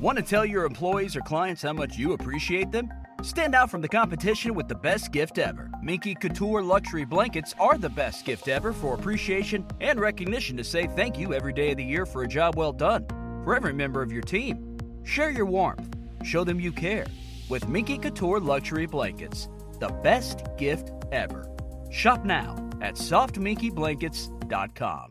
Want to tell your employees or clients how much you appreciate them? Stand out from the competition with the best gift ever. Minky Couture luxury blankets are the best gift ever for appreciation and recognition to say thank you every day of the year for a job well done for every member of your team. Share your warmth. Show them you care with Minky Couture luxury blankets, the best gift ever. Shop now at softminkyblankets.com.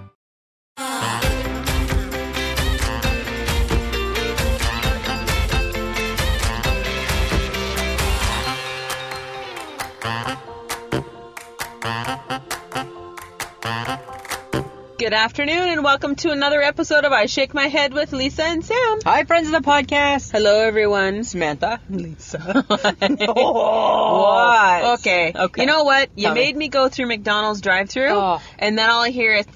Good afternoon, and welcome to another episode of I Shake My Head with Lisa and Sam. Hi, friends of the podcast. Hello, everyone. Samantha. Lisa. What? Okay. Okay. You know what? You Tell me. made me go through McDonald's drive-through, Oh. and then all I hear is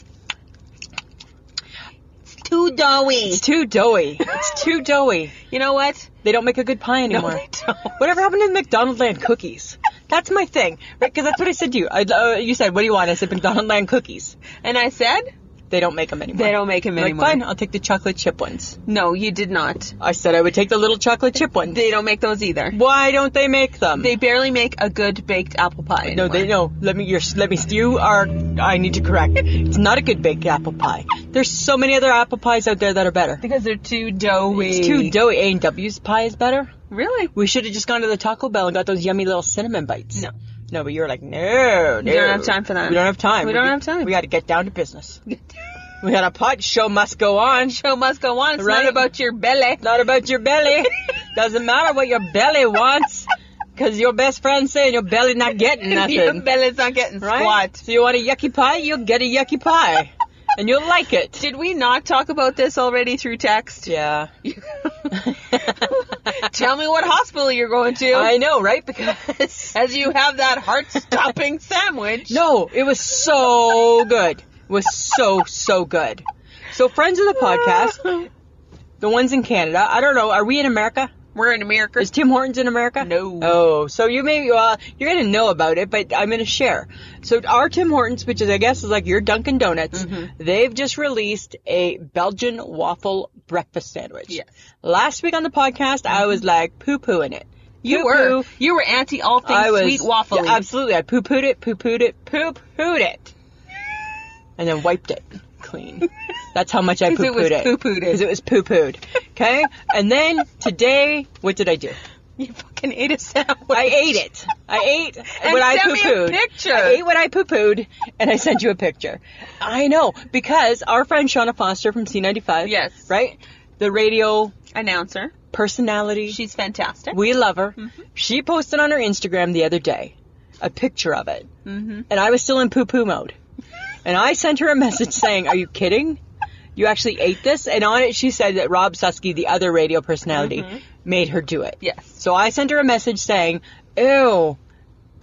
it's too doughy. It's too doughy. It's too doughy. You know what? They don't make a good pie anymore. they don't. Whatever happened to the McDonald Land cookies? That's my thing, right? Because that's what I said to you. I, uh, you said, "What do you want?" I said, "McDonald Land cookies." And I said, They don't make them anymore. They don't make 'em Like, anymore. Fine, I'll take the chocolate chip ones. "No, you did not. I said I would take the little chocolate chip ones. They don't make those either. Why don't they make them? They barely make a good baked apple pie No, anymore. they no. Let me. You're, let me. You are. I need to correct. It's not a good baked apple pie. There's so many other apple pies out there that are better. because they're too doughy. It's too doughy. A and W's pie is better. Really? We should have just gone to the Taco Bell and got those yummy little cinnamon bites. No. No, but you were like, no, no. We don't have time for that. We don't have time. We don't got- have time. We got to get down to business. we got a pot. Show must go on. Show must go on. It's Right. not about your belly. Not about your belly. Doesn't matter what your belly wants, because your best friend's saying your belly not getting nothing. Your belly's not getting right? squat. So you want a yucky pie? You'll get a yucky pie, and you'll like it. Did we not talk about this already through text? Yeah. Tell me what hospital you're going to I know, right? Because as you have that heart stopping sandwich. no, it was so good. It was so so good. So friends of the podcast, the ones in Canada. I don't know. Are we in America? We're in America. Is Tim Hortons in America? No. Oh, so you may well you're gonna know about it, but I'm gonna share. So our Tim Hortons, which is I guess is like your Dunkin' Donuts, Mm-hmm. they've just released a Belgian waffle breakfast sandwich. Yes. Mm-hmm. Last week on the podcast, I was like poo pooing it. you were you were anti all things I was sweet waffle. Yeah, absolutely. I poo pooed it, poo pooed it, poo pooed it, and then wiped it clean. That's how much I poo 'Cause it was pooed it. poo-pooed it. Because it was poo pooed. Okay. and then today, what did I do? you fucking ate a sandwich. I ate it. I ate what I send poo me a pooed. picture. I ate what I poo pooed, and I sent you a picture. I know because our friend Shauna Foster from C95. Yes. Right. The radio Announcer. personality. She's fantastic. Mm-hmm. We love her. She posted on her Instagram the other day a picture of it. Mm-hmm. And I was still in poo poo mode. And I sent her a message saying, Are you kidding? You actually ate this? And on it, she said that Rob Susky, the other radio personality, made her do it. Mm-hmm. Yes. So I sent her a message saying, Ew,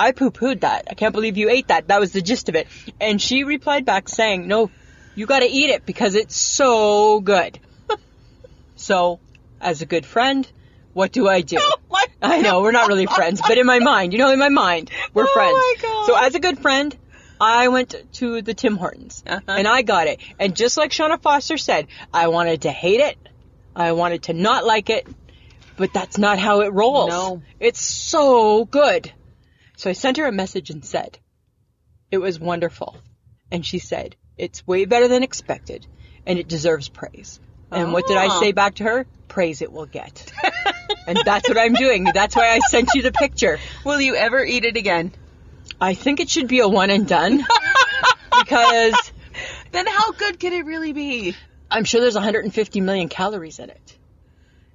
I poo pooed that. I can't believe you ate that. That was the gist of it. And she replied back saying, No, you got to eat it because it's so good. so, as a good friend, what do I do? my I know we're not really friends, but in my mind, you know, in my mind, we're Oh friends. my God. So as a good friend, I went to the Tim Hortons Uh-huh. and I got it. And just like Shauna Foster said, I wanted to hate it, I wanted to not like it, but that's not how it rolls. No. It's so good. So I sent her a message and said, "It was wonderful," and she said, "It's way better than expected, and it deserves praise." And what did I Oh. say back to her? Praise it will get. And that's what I'm doing. That's why I sent you the picture. Will you ever eat it again? I think it should be a one and done because Then how good could it really be? I'm sure there's 150 million calories in it.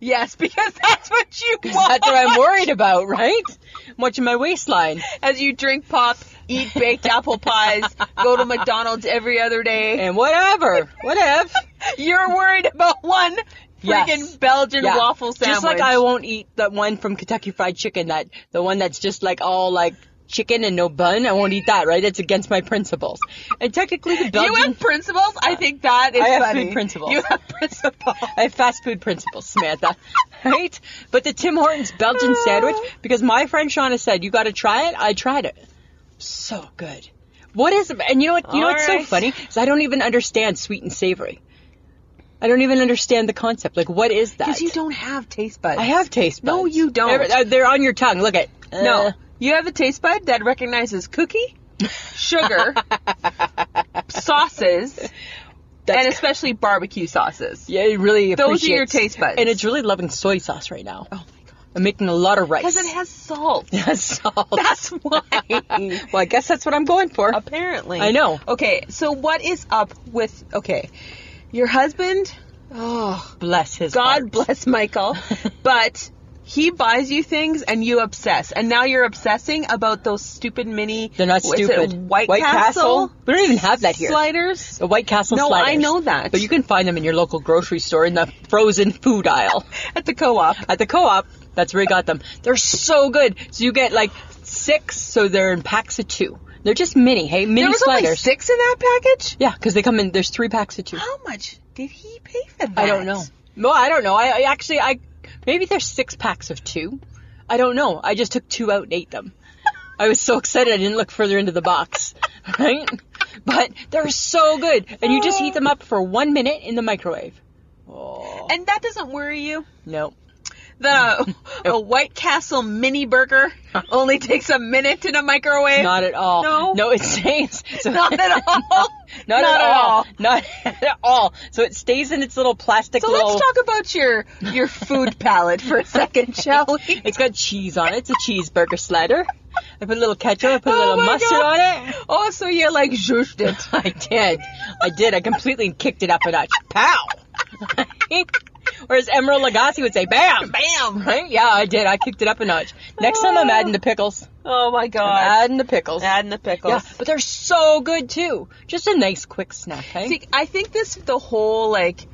Yes, because that's what you want. That's what I'm worried about, right? I'm watching my waistline. As you drink pop, eat baked apple pies, go to McDonald's every other day. And whatever. Whatever. You're worried about one Yes. Friggin' Belgian Yeah. waffle sandwich. Just like I won't eat the one from Kentucky Fried Chicken, that the one that's just like all like chicken and no bun. I won't eat that, right? It's against my principles. And technically, the Belgian. you have principles. I think that is I have funny. food principles. You have principles. I have fast food principles, Samantha. right? But the Tim Hortons Belgian sandwich, Ah. because my friend Shauna said you got to try it. I tried it. So good. What is and you know what? You know All what's so right. funny is I don't even understand sweet and savory. I don't even understand the concept. Like, what is that? Because you don't have taste buds. I have taste buds. No, you don't. They're, uh, they're on your tongue. Look at. No, you have a taste bud that recognizes cookie, sugar, sauces, That's- and especially barbecue sauces. Yeah, it really Those are appreciates. your taste buds. And it's really loving soy sauce right now. Oh my god. I'm making a lot of rice. Because it has salt. has salt. That's why. well, I guess that's what I'm going for. Apparently. I know. Okay, so what is up with okay. Your husband, oh Bless his God heart. bless Michael, but he buys you things and you obsess. And now you're obsessing about those stupid mini They're not what is stupid. It, White, Castle, We don't even have that here. sliders. the White Castle No, I sliders. know that. But you can find them in your local grocery store in the frozen food aisle. At the co-op. At the co-op, that's where I got them. They're so good. So you get like six, so they're in packs of two. They're just mini, hey, mini There was sliders. only six in that package? Yeah, because they come in. There's three packs of two. How much did he pay for that? I don't know. No, I don't know. I, I actually, I maybe there's six packs of two. I don't know. I just took two out and ate them. I was so excited. I didn't look further into the box, right? But they're so good, and you just heat them up for one minute in the microwave. And that doesn't worry you? No, Mm. The a White Castle mini burger only takes a minute in a microwave? not at all. No. no, it stays. So- Not at all. not, Not, at, all. Not at all. So it stays in its little plastic. So little, let's talk about your your food palette for a second, shall we? It's got cheese on it. It's a cheeseburger slider. I put a little ketchup. I put a Oh little my mustard God. on it. Oh, so you like zhuzhed it. I did. I did. I completely kicked it up a notch. Pow! or as Emerald Lagasse would say, bam! Bam! Right? Yeah, I did. I kicked it up a notch. Next time I'm adding the pickles. Oh my I'm god. adding the pickles. Adding the yeah, pickles. but they're so good too. Just a nice quick snack, hey? See, I think this the whole like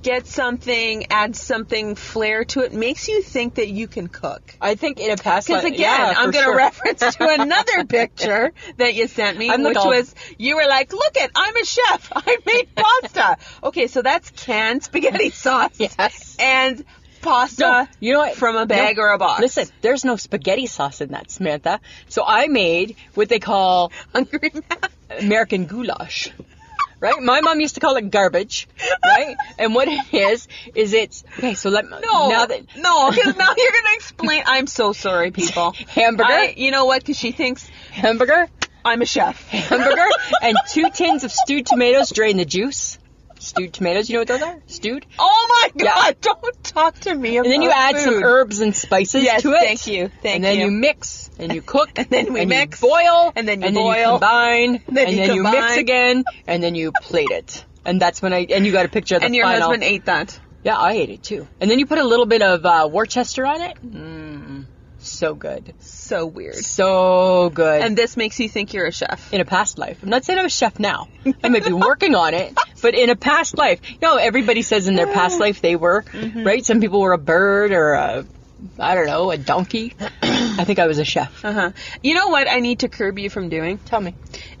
get something, add something flair to it makes you think that you can cook. I think in a past Because life- again, yeah, I'm going for to sure. reference to another picture that you sent me, I'm the which doll. was you were like, "Look it, I'm a chef. I made pasta." okay, so that's canned spaghetti sauce Yes. and pasta. No, you know what? From a bag No, or a box. Listen, there's no spaghetti sauce in that, Samantha. So I made what they call hungry man. American goulash. Right? My mom used to call it garbage, right? And what it is is it's okay. So let me No, now that no, because now you're going to explain. I'm so sorry, people. Hamburger? I- you know what? Because she thinks hamburger, I'm a chef. hamburger, and two tins of stewed tomatoes drain the juice. Stewed tomatoes, you know what those are? Stewed. Oh my Yeah. god! Don't talk to me about. And then you add some Uh, food. herbs and spices Yes, to it. thank you, thank and then you. you mix and you cook And then we and you mix. boil And then you and then you boil. combine And then and you then you mix combine. again and then you plate it. And that's when I and you got a picture of the And your final. husband ate that. Yeah, I ate it too. And then you put a little bit of uh, Worcester on it. Mm, so good. So weird. So good. And this makes you think you're a chef. in a past life, I'm not saying I'm a chef now. I may be working on it, but in a past life, you know, everybody says in their past life they were, Mm-hmm. right? Some people were a bird or a, I don't know, a donkey. I think I was a chef. Uh-huh. You know what I need to curb you from doing? Tell me.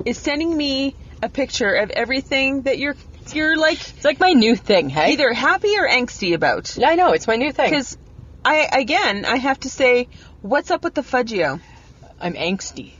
Is sending me a picture of everything that you're you're like It's like my new thing, hey? either happy or angsty about. I know, it's my new thing. Cuz I again, I have to say what's up with the fudgio? I'm angsty.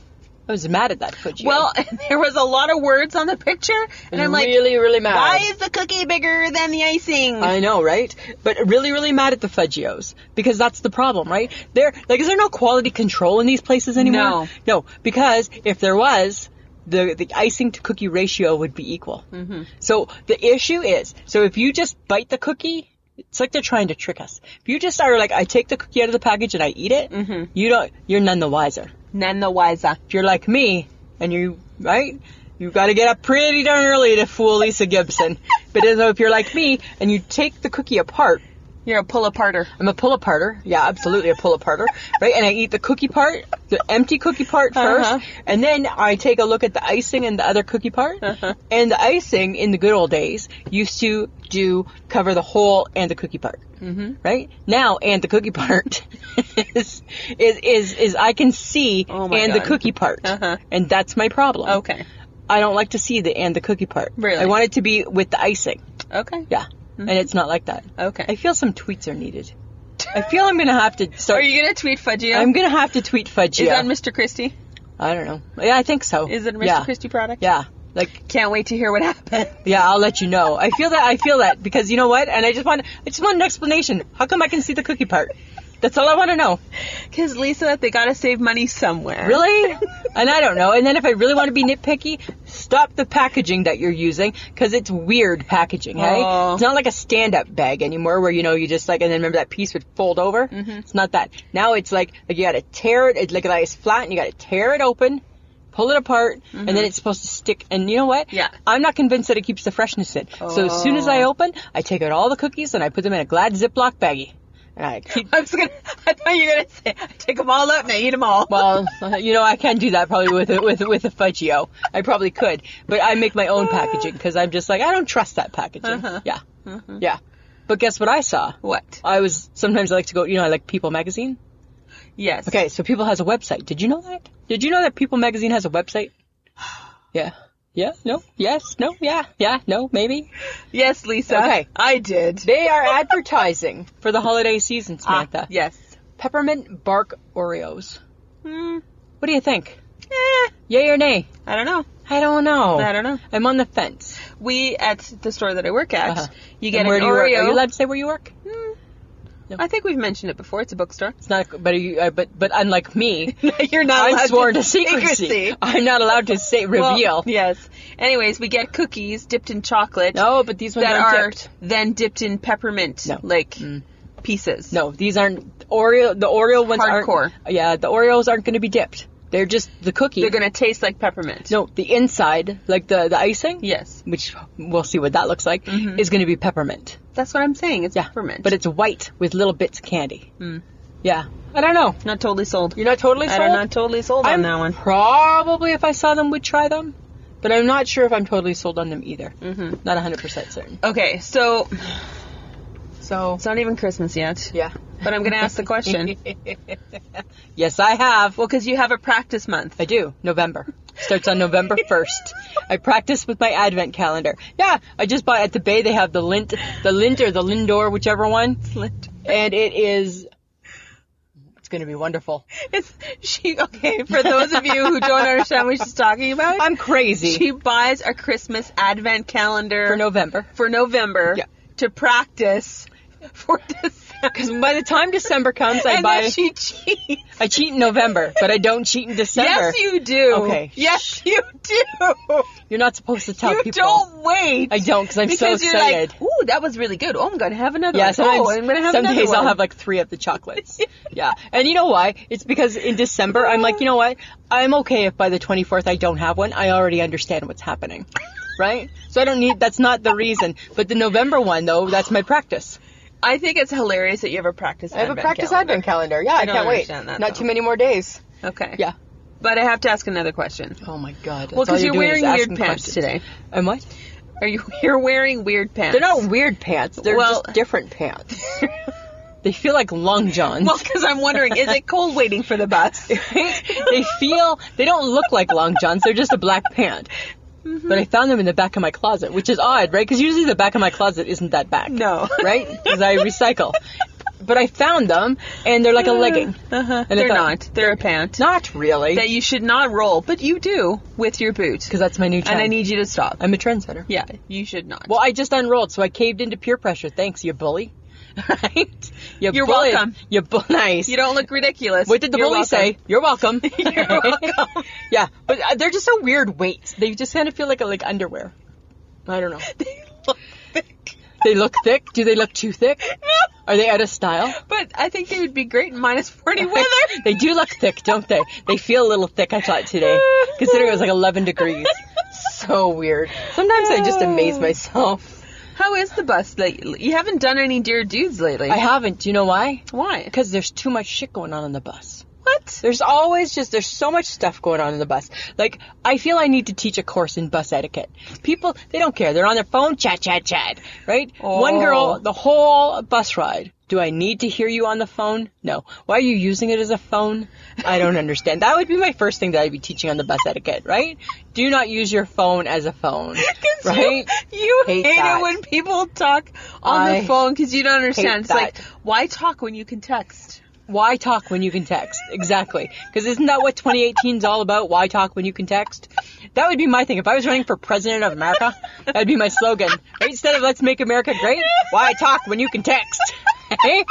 I was mad at that fudge. Well, there was a lot of words on the picture and I'm like really, really mad. why is the cookie bigger than the icing? I know, right? But really, really mad at the Fudgios because that's the problem, right? There, like, is there no quality control in these places anymore? No. no, because if there was, the the icing to cookie ratio would be equal. Mm-hmm. So the issue is, so if you just bite the cookie. It's like they're trying to trick us. If you just are like, I take the cookie out of the package and I eat it, you don't, you're none the wiser. None the wiser. If you're like me and you, right, you got to get up pretty darn early to fool Lisa Gibson. but as though if you're like me and you take the cookie apart, You're a pull aparter. I'm a pull aparter. Yeah, absolutely a pull aparter, right? And I eat the cookie part, the empty cookie part 1st Uh-huh. and then I take a look at the icing and the other cookie part. Uh-huh. And the icing in the good old days used to do cover the whole and the cookie part, mm-hmm. right? Now and the cookie part is, is is is I can see Oh my and the God. cookie part, Uh-huh. and that's my problem. Okay. I don't like to see the and the cookie part. Really? I want it to be with the icing. Okay. Yeah. And it's not like that. Hmm. Okay. I feel some tweets are needed. I feel I'm gonna have to start. Are you gonna tweet Fudgio? I'm gonna have to tweet Fudge. Is yeah. that Mr. Christie? I don't know. Yeah, I think so. Is it a Mr. Yeah. Christie product? Yeah. Like Can't wait to hear what happened. yeah, I'll let you know. I feel that I feel that because you know what? And I just want I just want an explanation. How come I can see the cookie part? That's all I want to know. Because Lisa, they gotta save money somewhere. Really? and I don't know. And then if I really want to be nitpicky, stop the packaging that you're using because it's weird packaging, hey? Oh. It's not like a stand-up bag anymore where you know you just like and then remember that piece would fold over. Mm-hmm. It's not that. Now it's like like you got to tear it. It like lies flat and you got to tear it open. Pull it apart, and then it's supposed to stick. And you know what? Mm-hmm. Yeah. Oh. I'm not convinced that it keeps the freshness in. So as soon as I open, I take out all the cookies and I put them in a Glad Ziploc baggie, and I keep I was gonna. I thought you were gonna say I take them all up and I eat them all. Well, you know, I can do that probably with a, with a- with a fudgio. I probably could, but I make my own Uh-huh. packaging because I'm just like I don't trust that packaging. Yeah, yeah. But guess what I saw? Uh-huh. what? I was sometimes I like to go. You know, I like People magazine. Yes. Okay, so People has a website. Did you know that? Did you know that People magazine has a website? Yeah. Yeah. No. Yes. No. Yeah. Yeah. No. Maybe. Yes, Lisa. Okay. I did. They are advertising for the holiday season, Ah, Samantha. yes. Peppermint bark Oreos. Hmm. What do you think? Eh, Yay or nay? I don't know. I don't know. I don't know. I'm on the fence. We at the store that I work at, Uh-huh. you get And an where do you work? Oreo. Are you allowed to say where you work? I think we've mentioned it before. It's a bookstore. It's not, but are you, uh, but but unlike me, You're not allowed I'm sworn to secrecy. secrecy. I'm not allowed to say Well, reveal. yes. Anyways, we get cookies dipped in chocolate. No, but these ones that aren't are dipped. then dipped in peppermint No. Mm. like pieces. No, these aren't Oreo. The Oreo ones Hardcore. aren't. Yeah, the Oreos aren't going to be dipped. They're just the cookie. They're gonna taste like peppermint. no, the inside, like the the icing. Yes. Which we'll see what that looks like is going to be peppermint. That's what I'm saying. It's Yeah, peppermint. But it's white with little bits of candy. Yeah, I don't know. not totally sold. You're not totally sold. I'm not totally sold I'm on that one. Probably if I saw them would try them, but I'm not sure if I'm totally sold on them either. Mm-hmm. Not 100% certain. Okay, so So it's not even Christmas yet. yeah. But I'm gonna ask the question. Yes, I have. well, because you have a practice month. I do. November starts on November 1st. I practice with my advent calendar. Yeah, I just bought at the Bay they have the lint the lint or the lindor whichever one and it is it's going to be wonderful. It's, she okay for those of you who don't understand what she's talking about. I'm crazy. she buys a Christmas advent calendar for November. for November Yeah. to practice for December. Cuz by the time December comes I and buy then she cheats. I cheat in November, but I don't cheat in December. Yes, you do. Okay. Yes, you do. You're not supposed to tell you people. don't wait. I don't because I'm because so you're excited. like, ooh, that was really good. Oh, I'm gonna have another yeah, one. sometimes oh, I'm gonna have some another days one. I'll have like three of the chocolates. yeah, and you know why? It's because in December I'm like, you know what? I'm okay if by the 24th I don't have one. I already understand what's happening, right? So I don't need. That's not the reason. But the November one though, that's my practice. I think it's hilarious that you have a practice. I have a practice advent calendar. Yeah, I, don't can't wait. understand that, not though. too many more days. Okay. Yeah. But I have to ask another question. Oh my god. That's Well, all because you're, doing is wearing weird asking pants questions. today. And what? Are you? You're wearing weird pants. They're not weird pants. They're Well- just different pants. they feel like long johns. Well, because I'm wondering, is it cold waiting for the bus? they feel they don't look like long johns. They're just a black pant. Mm-hmm. But I found them in the back of my closet, which is odd, right? Because usually the back of my closet isn't that back. No. Right? Because I recycle. But I found them, and they're like a legging. Uh-huh. And I They're thought- not. They're a pant Not really. that Because you should not roll, but you do with your boot. that's my new trend. and I need you to stop. I'm a trendsetter. yeah, you should not. Well, I just unrolled, so I caved into peer pressure. Thanks, you bully. right? You You're bully. welcome. You bu- nice. you don't look ridiculous. What did the You're bully welcome. say? You're welcome. You're welcome. yeah, but uh, they're just a weird weight. They just kind of feel like a, like underwear. I don't know. they look thick. Do they look too thick? Are they out of style? But I think they would be great in minus 40 weather. they do look thick, don't they? They feel a little thick. I thought today, considering it was like 11 degrees. So weird. Sometimes I just amaze myself. How is the bus lately? You haven't done any Dear Dudes lately. I haven't. Do you know why? Why? Because there's too much shit going on in the bus. What? There's always just there's so much stuff going on in the bus. Like I feel I need to teach a course in bus etiquette. People they don't care. They're on their phone, chat, chat, chat. Right? Oh. One girl, the whole bus ride. Do I need to hear you on the phone? No. Why are you using it as a phone? I don't understand. That would be my first thing that I'd be teaching on the bus etiquette, right? Do not use your phone as a phone. 'Cause you- Right? You, Hate hate, that. it when people talk on I the phone because you don't understand. It's hate like, that. why talk when you can text? Why talk when you can text? Exactly. Because isn't that what 2018 is all about? Why talk when you can text? That would be my thing. If I was running for president of America, that'd be my slogan. Right? Instead of let's make America great, why talk when you can text? Hey?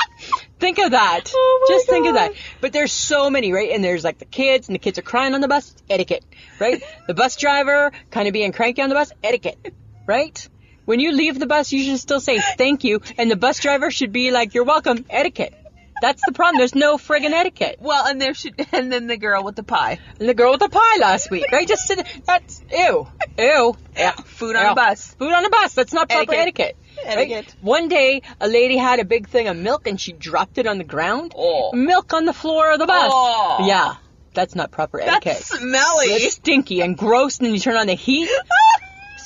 Think of that. Oh my Just think of that. God. But there's so many, right? And there's like the kids, and the kids are crying on the bus, etiquette, right? The bus driver kind of being cranky on the bus, etiquette, right? When you leave the bus, you should still say thank you, and the bus driver should be like, you're welcome, etiquette. That's the problem. There's no friggin' etiquette. Well, and there should, and then the girl with the pie, And the girl with the pie last week, right? Just sit. That's ew, ew. Yeah. food on a bus. Food on a bus. That's not proper etiquette. Etiquette. right? Etiquette. One day, a lady had a big thing of milk and she dropped it on the ground. Oh. Milk on the floor of the bus. Oh. Yeah, that's not proper etiquette. That's smelly. It's stinky and gross, and then you turn on the heat.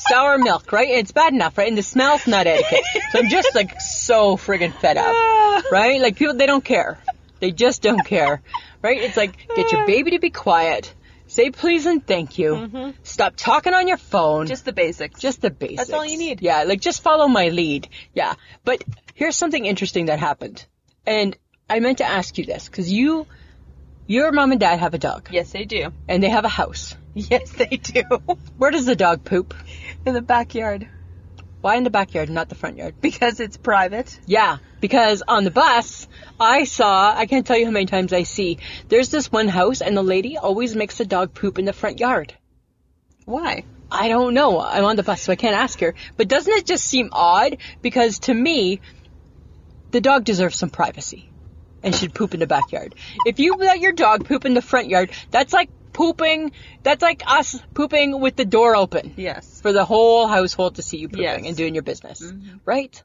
Sour milk, right? It's bad enough, right? And the smell's not etiquette. So I'm just like so friggin' fed up, right? Like people, they don't care. They just don't care, right? It's like get your baby to be quiet, say please and thank you, stop talking on your phone, Mm-hmm. Just the basics. just the basics. all you need. Yeah, like just follow my lead. Yeah. But here's something interesting that happened. And I meant to ask you this cuz you your mom and dad have a dog yes, they do. and they have a house. Yes, they do. Where does the dog poop? In the backyard Why in the backyard, not the front yard? because it's private. Yeah, because on the bus, I saw, I can't tell you how many times I see, there's this one house and the lady always makes the dog poop in the front yard. Why? I don't know. I'm on the bus, so I can't ask her. But doesn't it just seem odd? Because to me, the dog deserves some privacy and should poop in the backyard. If you let your dog poop in the front yard, that's like pooping, that's like us pooping with the door open Yes. for the whole household to see you pooping Yes. Mm-hmm. and doing your business. Right?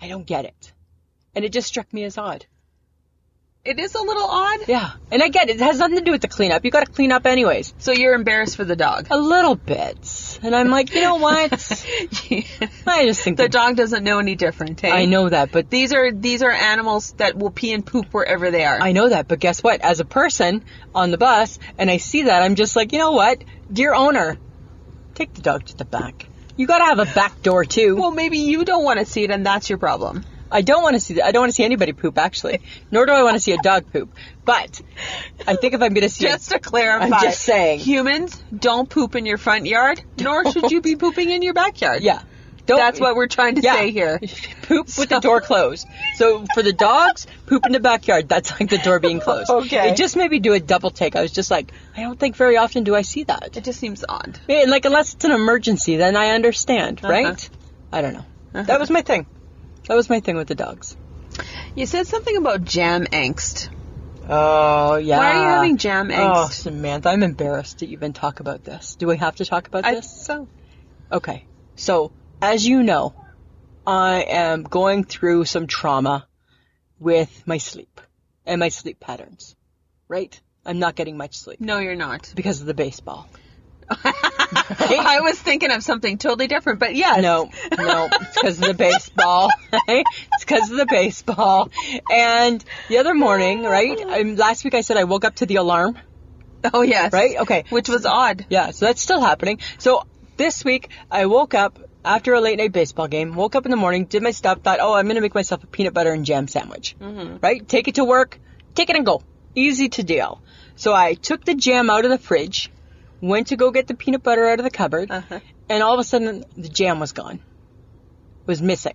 I don't get it. And it just struck me as odd. It is a little odd. Yeah. And I get it. It has nothing to do with the cleanup. You gotta clean up anyways. So you're embarrassed for the dog. A little bit. And I'm like, you know what? I just think the that- dog doesn't know any different. eh? I know that, but These are these are animals that will pee and poop wherever they are. I know that, but guess what? As a person on the bus and I see that, I'm just like, you know what? Dear owner, take the dog to the back. You gotta have a back door too. well, Oh, maybe you don't want to see it, and that's your problem. I don't want to see that. I don't want to see anybody poop actually. Nor do I want to see a dog poop. But I think if I'm gonna see a- Just to clarify, I'm just saying. humans don't poop in your front yard, nor should you be pooping in your backyard. yeah. Don't, that's what we're trying to yeah. say here. Poop with the door closed. So for the dogs, poop in the backyard. That's like the door being closed. Okay. It just made me do a double take. I was just like, I don't think very often do I see that. It just seems odd. Yeah, like unless it's an emergency, then I understand, Uh-huh. right? I don't know. That was my thing. That was my thing with the dogs. You said something about jam angst. Oh yeah. Why are you having jam Oh angst? Samantha, I'm embarrassed to even talk about this. Do we have to talk about I, this? so Okay. So, as you know, I am going through some trauma with my sleep and my sleep patterns, right? I'm not getting much sleep no, you're not. because of the baseball. I was thinking of something totally different, but yes. No, no, it's because of the baseball. right? It's because of the baseball. And the other morning, right? Um, last week I said I woke up to the alarm, Oh yes. right? Okay. Which was odd. Yeah, so that's still happening. So this week I woke up after a late night baseball game, woke up in the morning, did my stuff, thought, oh, I'm going to make myself a peanut butter and jam sandwich. Right? Take it to work, take it and go. Easy to deal. So I took the jam out of the fridge, went to go get the peanut butter out of the cupboard, and all of a sudden the jam was gone. Was missing.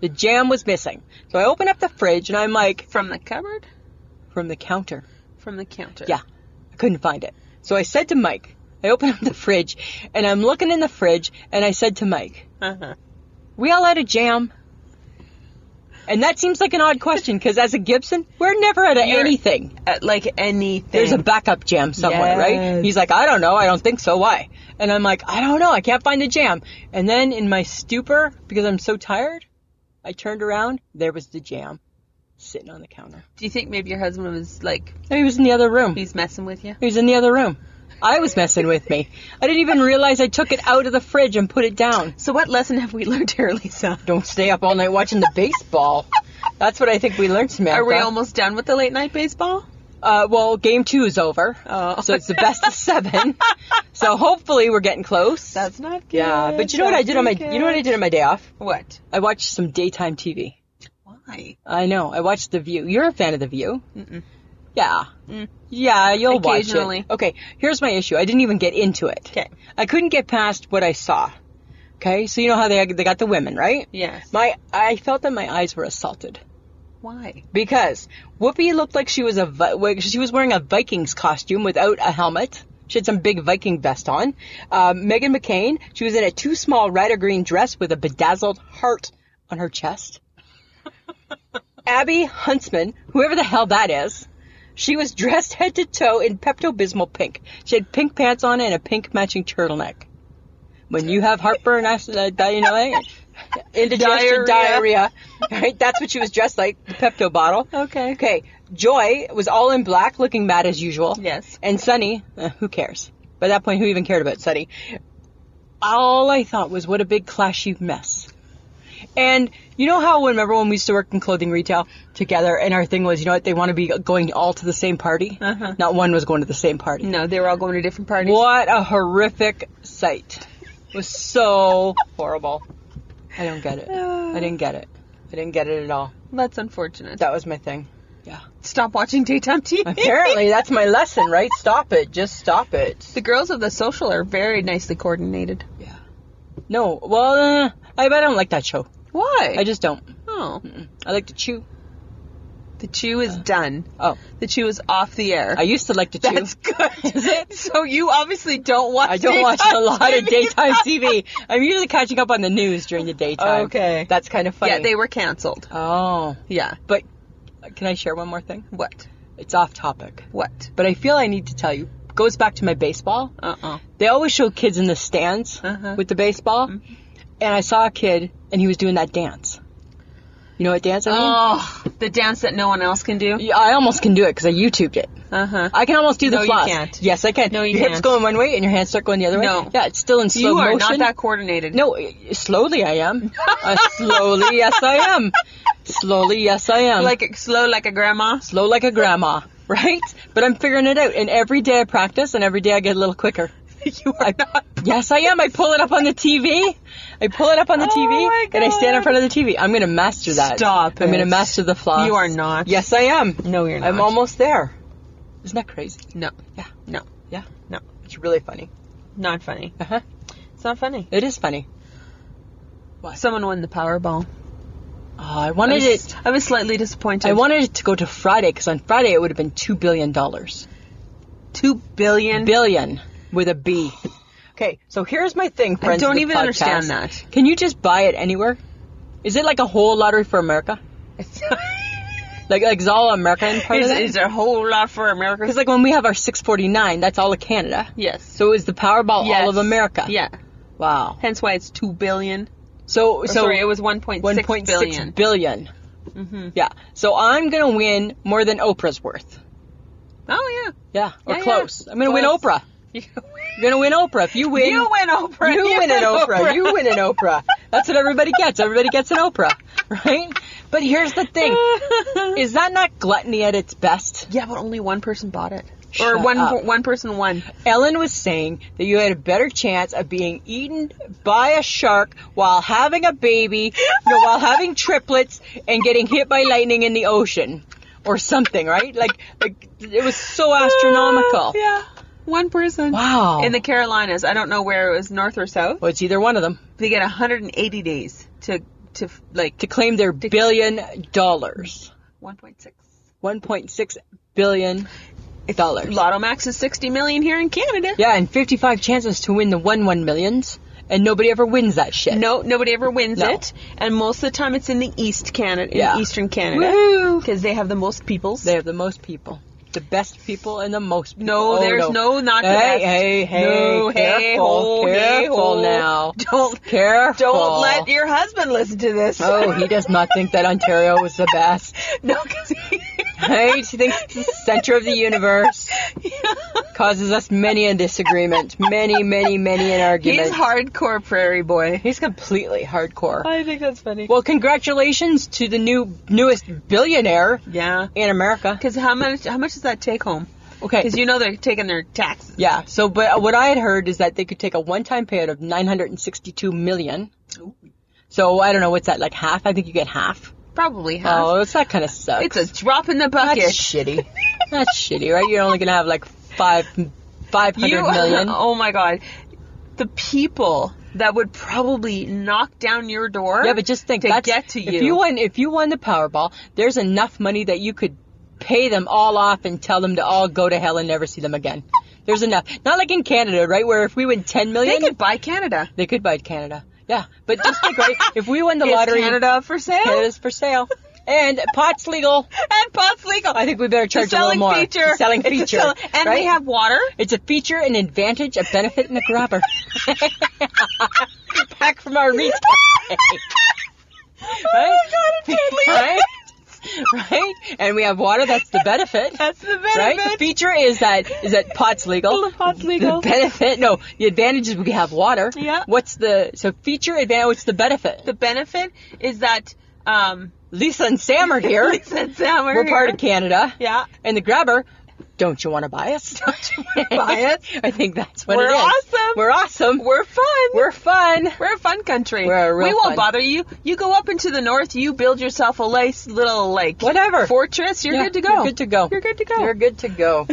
The jam was missing. So I open up the fridge and I'm like, From the cupboard, from the counter. from the counter. Yeah, I couldn't find it. So I said to Mike, I opened up the fridge and I'm looking in the fridge and I said to Mike, Uh-huh. We all out of jam. And that seems like an odd question because as a Gibson, we're never at a You're- anything. Uh, like anything. There's a backup jam somewhere, right? Yes. He's like, I don't know. I don't think so. Why? And I'm like, I don't know. I can't find the jam. And then in my stupor, because I'm so tired, I turned around. There was the jam sitting on the counter. Do you think maybe your husband was like And he was in the other room. he's messing with you? He was in the other room. I was messing with me. I didn't even realize I took it out of the fridge and put it down. So what lesson have we learned here, Lisa? Don't stay up all night watching the baseball. That's what I think we learned, Samantha. Are we almost done with the late night baseball? Uh, well, game two is over, Oh. so it's the best of seven. so hopefully we're getting close. That's not good. yeah. But you know what I did on my you know what I did on my day off? What? I watched some daytime TV. Why? I know. I watched The View. You're a fan of The View. Mm-mm. Yeah. Yeah, you'll Mm. watch Occasionally. it. Okay. Here's my issue. I didn't even get into it. Okay. I couldn't get past what I saw. Okay. So you know how they they got the women, right? Yes. My I felt that my eyes were assaulted Why? because Whoopi looked like she was a Vi- like she was wearing a Vikings costume without a helmet. She had some big Viking vest on. Um, Megan McCain, she was in a too small red or green dress with a bedazzled heart on her chest. Abby Huntsman, whoever the hell that is, she was dressed head to toe in Pepto Bismol pink. She had pink pants on and a pink matching turtleneck. When you have heartburn, I- uh, di- you know, eh, indigestion, diarrhea, Diarrhea. right? That's what she was dressed like, the Pepto bottle. Okay. Okay. Joy was all in black, looking mad as usual. Yes. And Sunny, eh, who cares? By that point, who even cared about Sunny? All I thought was, what a big clashy mess. And you know how, remember when we used to work in clothing retail together, and our thing was, you know what, they want to be going all to the same party? Uh-huh. Not one was going to the same party. No, they were all going to different parties. What a horrific sight. It was so horrible. I don't get it. I didn't get it. I didn't get it at all. That's unfortunate. That was my thing. Yeah. Stop watching daytime TV. Apparently, that's my lesson, right? Stop it. Just stop it. The girls of the social are very nicely coordinated. Yeah. No. Well, uh, I, I don't like that show. Why? I just don't. oh, I like to chew. the chew is done. Oh, The chew is off the air. I used to like to chew. That's good. Is it? So you obviously don't watch. I don't watch a lot of daytime TV. I'm usually catching up on the news during the daytime. Okay. That's kind of funny. Yeah, they were canceled. Oh. Yeah. But can I share one more thing? What? It's off topic. What? But I feel I need to tell you. Goes back to my baseball. Uh uh They always show kids in the stands Uh-huh. with the baseball. And I saw a kid and he was doing that dance. You know what dance I mean? Oh, the dance that no one else can do. Yeah, I almost can do it because I YouTubed it. Uh huh. I can almost do the No, you floss. can't. Yes, I can. No, you Your hips can't. going one way and your hands start going the other way. No. Yeah, it's still in slow You motion. are not that coordinated. No, uh, slowly I am. Uh, slowly, yes I am. Slowly, yes I am. Like a- slow, like a grandma. slow like a grandma, right? But I'm figuring it out. And every day I practice, and every day I get a little quicker. you are not. Yes, I am. I pull it up on the TV. I pull it up on the Oh TV, my and I stand in God. front of the TV. I'm gonna master that. Stop I'm gonna it. master the floss. You are not. Yes, I am. No, you're not. I'm almost there. Isn't that crazy? No. Yeah. No. Yeah. No. It's really funny. Not funny. Uh huh. It's not funny. It is funny. Someone won the Powerball. Oh, I I wanted was, it. I was slightly disappointed. I wanted it to go to Friday because on Friday it would have been two billion dollars. two billion. Billion with a B. Okay, so here's my thing, friends. don't of the even podcast. understand that. Can you just buy it anywhere? Is it like a whole lottery for America? Like, like is all American part is, of that? is there a whole lot for America? Because like when we have our 649, that's all of Canada. yes. So is the Powerball Yes. all of America? Yeah. Wow. Hence why it's two billion. So Or so sorry, it was one point six billion. Mm-hmm. 1.6 billion. Yeah. So I'm gonna win more than Oprah's worth. Oh Yeah. Or Yeah, yeah. close. I'm gonna win Close. Oprah. yeah. You're gonna win Oprah. If you win, You win Oprah. You, win an Oprah. You win an Oprah. That's what everybody gets. Everybody gets an Oprah, right? But here's the thing: is that not gluttony at its best? yeah, but only one person bought it. or Shut one up. person won. Ellen was saying that you had a better chance of being eaten by a shark while having a baby, you know, while having triplets and getting hit by lightning in the ocean or something, right? Like, like it was so astronomical. yeah. One person. Uh, Wow. In the Carolinas, I don't know where it was, north or south. well, it's either one of them They get 180 days to to like to claim their billion dollars, 1.6. 1.6 billion dollars. Lotto Max is 60 million here in Canada. Yeah, and 55 chances to win the one one millions, and nobody ever wins that shit. No, nobody ever wins No. it, and most of the time it's in the East Canada, in Yeah. Eastern Canada, Woohoo. because they have the most peoples. They have the most people. The best people and the most people. no, Oh, there's no, not the hey, best. Hey, hey, no, careful, hey, ho, hey, careful ho. now. Don't Careful. don't let your husband listen to this. Oh, he does not think that Ontario was the best. no, because he, Right? He thinks it's the center of the universe. Causes us many a disagreement. Many, many, many an argument. he's hardcore prairie boy. He's completely hardcore. I think that's funny. Well, congratulations to the new newest billionaire yeah, in America. because how much how much does that take home? Okay. Because you know they're taking their taxes. Yeah. So, but what I had heard is that they could take a one-time payout of 962 million. So I don't know what's that like half. I think you get half. Probably half. Oh, it's that kind of sucks. It's a drop in the that's bucket. shitty. That's shitty, right? You're only gonna have like five, five hundred you, million. Oh my god. The people that would probably knock down your door. Yeah, but just think to that's, get to you. If you won, if you won the Powerball, there's enough money that you could pay them all off and tell them to all go to hell and never see them again. There's enough. Not like in Canada, right? Where if we win 10 they million, could buy Canada. they could buy Canada. Yeah, but just think, right? If we win the Is lottery, Canada up for sale? Canada's for sale. And pot's legal. And pot's legal. I think we better charge it's a selling little more. feature. It's a selling It's a feature. sell- and right? we have water. It's a feature, an advantage, a benefit, and a grabber. Back from our reach. right? Oh my god, it totally right? Right? And we have water. That's the benefit. That's the Right? The benefit. feature is that is that pot's legal. The pot's legal. The benefit, no. The advantage is we have water. Yeah. What's the so feature advantage? What's the benefit? The benefit is that um Lisa and Sam are here. since uh, we're, We're part of here- Canada. Yeah. And the grabber, don't you want to buy us? Don't you want to buy us? I think that's what We're it is. awesome. We're awesome. We're fun. We're fun. We're a fun country. We're a real we won't fun- bother you. You go up into the north, you build yourself a nice little like Whatever. fortress, you're Yeah, good to go. You're good to go. You're good to go. You're good to go.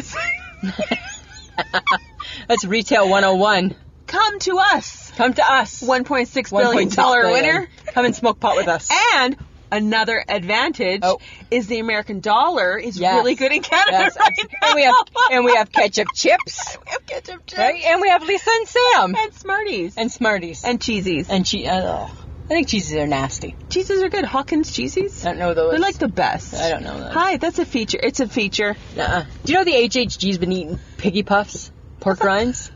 That's retail 101. Come to us. Come to us. One point six billion $1.6 dollar billion. winner. Come and smoke pot with us. And another advantage Oh. is the American dollar is Yes. really good in Canada Yes, right absolutely. now. and we have and we have ketchup chips, We have ketchup chips right? And we have Lisa and Sam and Smarties and Smarties and cheesies. and che- uh, ugh. I think cheeses are nasty. cheeses are good. Hawkins cheesies. I don't know those. They're like the best. I don't know those. Hi, that's a feature. It's a feature. Nuh-uh. Do you know the HHG's been eating piggy puffs, pork rinds?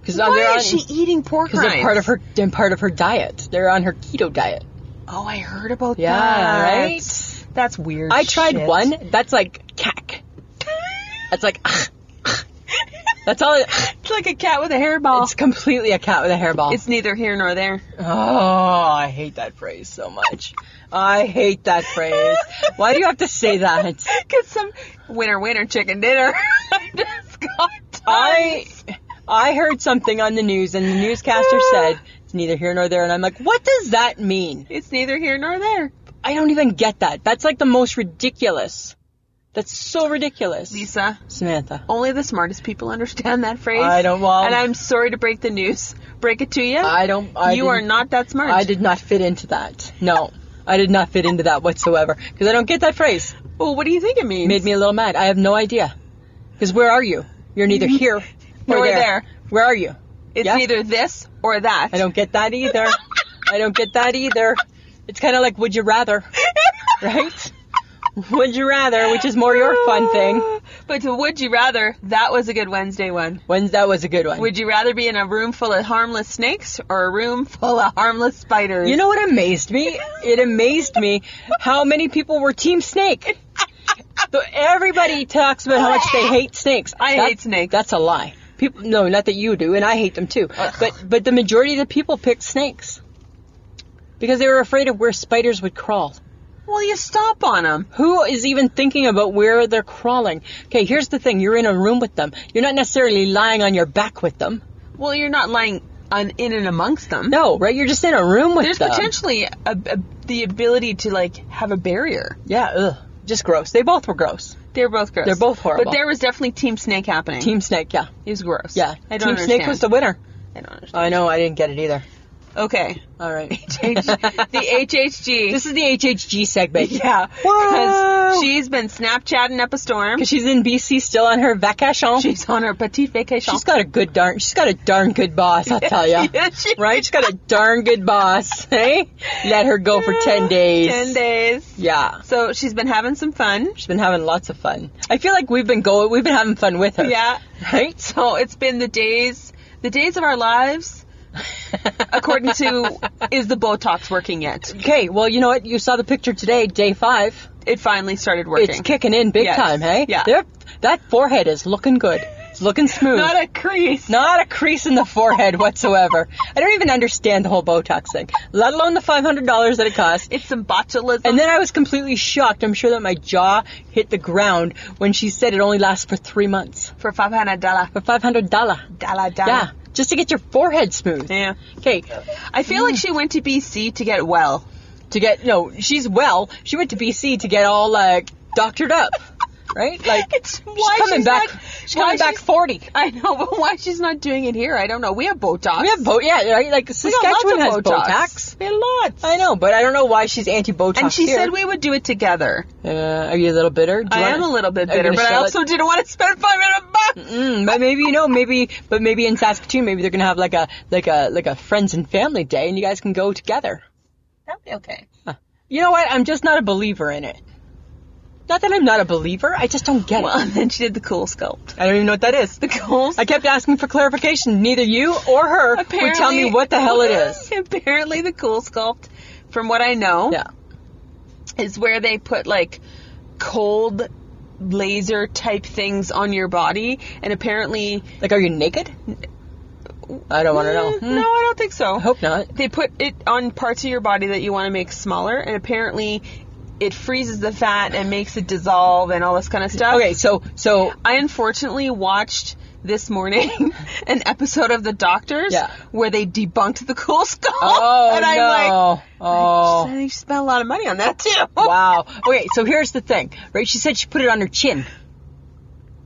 Because Why is she eating pork Because rinds? they're part of her they're part of her diet. They're on her keto diet. Oh, I heard about Yeah, that. right. That's weird. I tried shit. one. That's like cack. That's like. that's all. It, It's like a cat with a hairball. it's completely a cat with a hairball. It's neither here nor there. oh, I hate that phrase so much. I hate that phrase. Why do you have to say that? Cause some winner winner chicken dinner. I just got tired. I I heard something on the news, and the newscaster said it's neither here nor there, and I'm like, what does that mean? It's neither here nor there. I don't even get that. That's like the most ridiculous. That's so ridiculous. Lisa, Samantha. only the smartest people understand that phrase. I don't- well- And I'm sorry to break the news. Break it to you. I don't. I you are didn't- not that smart. I did not fit into that. No, I did not fit into that whatsoever because I don't get that phrase. Well, what do you think it means? Made me a little mad. I have no idea. Because where are you? You're neither here nor, Nor there. there. Where are you? It's yeah. neither this or that. I don't get that either. I don't get that either. It's kind of like would you rather, right? Would you rather, which is more your fun thing. But to would you rather? That was a good Wednesday one. When's that was a good one. Would you rather be in a room full of harmless snakes or a room full of harmless spiders? You know what amazed me? It amazed me how many people were Team Snake. So everybody talks about how much they hate snakes. I hate snakes. That's a lie. People, no, not that you do, and I hate them too. But but the majority of the people picked snakes because they were afraid of where spiders would crawl. well, you stop on them. Who is even thinking about where they're crawling? Okay, here's the thing: you're in a room with them. You're not necessarily lying on your back with them. Well, you're not lying on, in and amongst them. No, right? You're just in a room with There's them. potentially a, a, the ability to like have a barrier. Yeah, ugh, just gross. They both were gross. They're both gross. They're both horrible. But there was definitely Team Snake happening. Team Snake, yeah. it was gross. Yeah, I Team don't Snake was the understand. winner. I don't understand. I know, I didn't get it either. Okay. All right. H- the HHG. this is the HHG segment. yeah. What? Woo! She's been Snapchatting up a storm. Because she's in BC still on her vacation. She's on her petite vacation. she's got a good darn. She's got a darn good boss, I'll tell you. Yeah, she- right? She's got a darn good boss. Hey, let her go for ten days. ten days. Yeah, So she's been having some fun. she's been having lots of fun. I feel like we've been going. We've been having fun with her. Yeah. Right. So it's been the days, the days of our lives. according to, is the Botox working yet? Okay. Well, you know what? You saw the picture today, day five. It finally started working. It's kicking in big Yes. time. Hey. Yeah. There- that forehead is looking good. It's looking smooth. Not a crease. Not a crease in the forehead whatsoever. I don't even understand the whole Botox thing, let alone the $500 that it costs. It's some botulism. And then I was completely shocked. I'm sure that my jaw hit the ground when she said it only lasts for three months. for five hundred dollar, For $500. dollar, dollar. Yeah, just to get your forehead smooth. Yeah. Okay, I feel like she went to BC to get well. to get, no, she's well. She went to BC to get all, like, doctored up. Right? Like, It's- she's why coming she's back, not- she's why coming back she's- 40. I know, but why she's not doing it here, I don't know. We have Botox. We have, Bo- yeah, right? Like, We got lots Saskatchewan has of Botox. Botox. We have lots. I know, but I don't know why she's anti-Botox and she here. said we would do it together. Uh, are you a little bitter? Do you I wanna- am a little bit are you bitter, gonna but I shell it- also didn't want to spend five hundred bucks. Mm, but maybe you know, maybe but maybe in Saskatoon, maybe they're gonna have like a like a like a friends and family day, and you guys can go together. That'd be okay. You know what? I'm just not a believer in it. Not that I'm not a believer, I just don't get Well, it. and then she did the cool sculpt. I don't even know what that is. The cool. I kept asking for clarification. Neither you or her would tell me what the hell it is. Apparently, the cool sculpt, from what I know, Yeah. is where they put like cold laser type things on your body, and apparently, Like, are you naked? I don't want to know. Mm, Hmm. No, I don't think so. I hope not. They put it on parts of your body that you want to make smaller, and apparently, it freezes the fat and makes it dissolve and all this kind of stuff. Okay, so so I unfortunately watched this morning an episode of The Doctors Yeah. where they debunked the cool skull. oh and I'm like, no, oh. I spent a lot of money on that too. Wow. Okay, so here's the thing, right? She said she put it on her chin.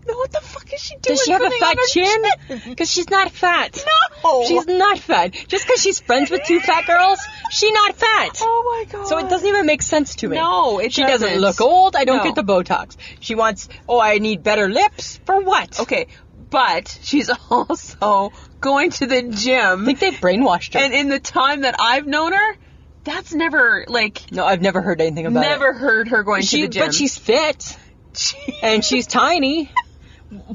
What the fuck is she doing? Does she have a putting on fat her chin? Because she's not fat. No. She's not fat. Just because she's friends with two fat girls, she not fat. Oh my god. So it doesn't even make sense to me. No, it she doesn't. doesn't. look old. I don't No. get the Botox. She wants. Oh, I need better lips for what? Okay, but she's also going to the I gym, think they brainwashed her. and in the time that I've known her, that's never like no, I've never heard anything about never it. heard her going She, to the gym. but she's fit She- and she's tiny.